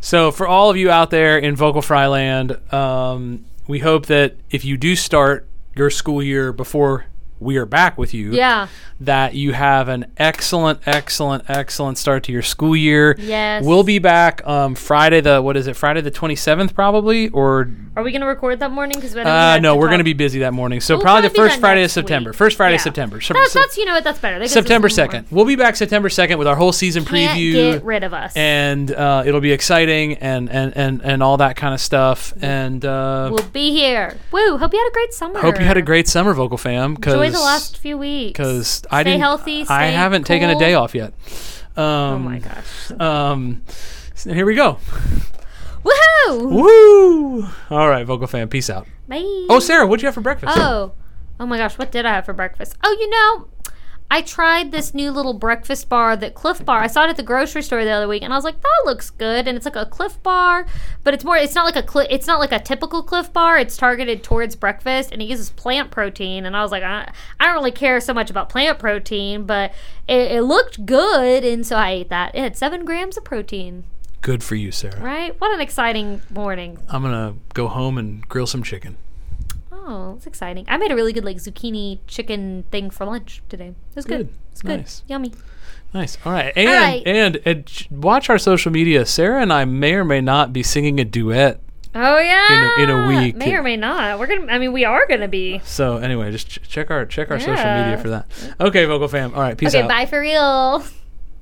So for all of you out there in Vocal Fry Land, um, we hope that if you do start your school year before we are back with you,
yeah
that you have an excellent, excellent, excellent start to your school year.
Yes.
We'll be back um, Friday the what is it? Friday the twenty seventh probably or
are we gonna record that morning because
uh, no, we're going to be busy that morning. So
We'll
probably the
probably be
first
back
Friday of
next
September.
week.
First Friday of
Yeah.
September. Sep-
that's,
sep-
that's you know what that's better That gives us
September
a little more-
second. We'll be back September second with our whole season
can't
preview.
get rid of us
and uh, it'll be exciting and, and, and, and all that kind of stuff. And uh,
we'll be here woo hope you had a great summer
hope you had a great summer, Vocal Fam. Cause,
enjoy the last few weeks
Because I
Stay
didn't.
healthy,
I
stay
haven't taken a
cool.
day off yet. Um,
oh my gosh
Um, so here we go.
Woohoo!
Woo! All right, Vocal Fam, peace out.
Bye.
Oh, Sarah, what'd you have for breakfast?
Oh. Oh my gosh, what did I have for breakfast? Oh, you know, I tried this new little breakfast bar that Cliff Bar. I saw it at the grocery store the other week and I was like, that looks good. And it's like a Cliff Bar, but it's more it's not like a cli it's not like a typical Cliff Bar. It's targeted towards breakfast and it uses plant protein and I was like, I, I don't really care so much about plant protein, but it, it looked good and so I ate that. It had 7 grams of protein,
Good for you, Sarah.
right? What an exciting morning.
I'm gonna go home and grill some chicken.
Oh, Oh, that's exciting. I made a really good like zucchini chicken thing for lunch today. It was good.
Good.
It's good.
Nice.
Yummy.
Nice. All right. And
right.
and and j- watch our social media. Sarah and I may or may not be singing a duet.
Oh yeah.
in a week.
May or may not. We're gonna I mean we are gonna be.
So anyway, just ch- check our check our social
Yeah.
media for that. Okay, vocal fam. All right. Peace
Okay,
out.
bye for real.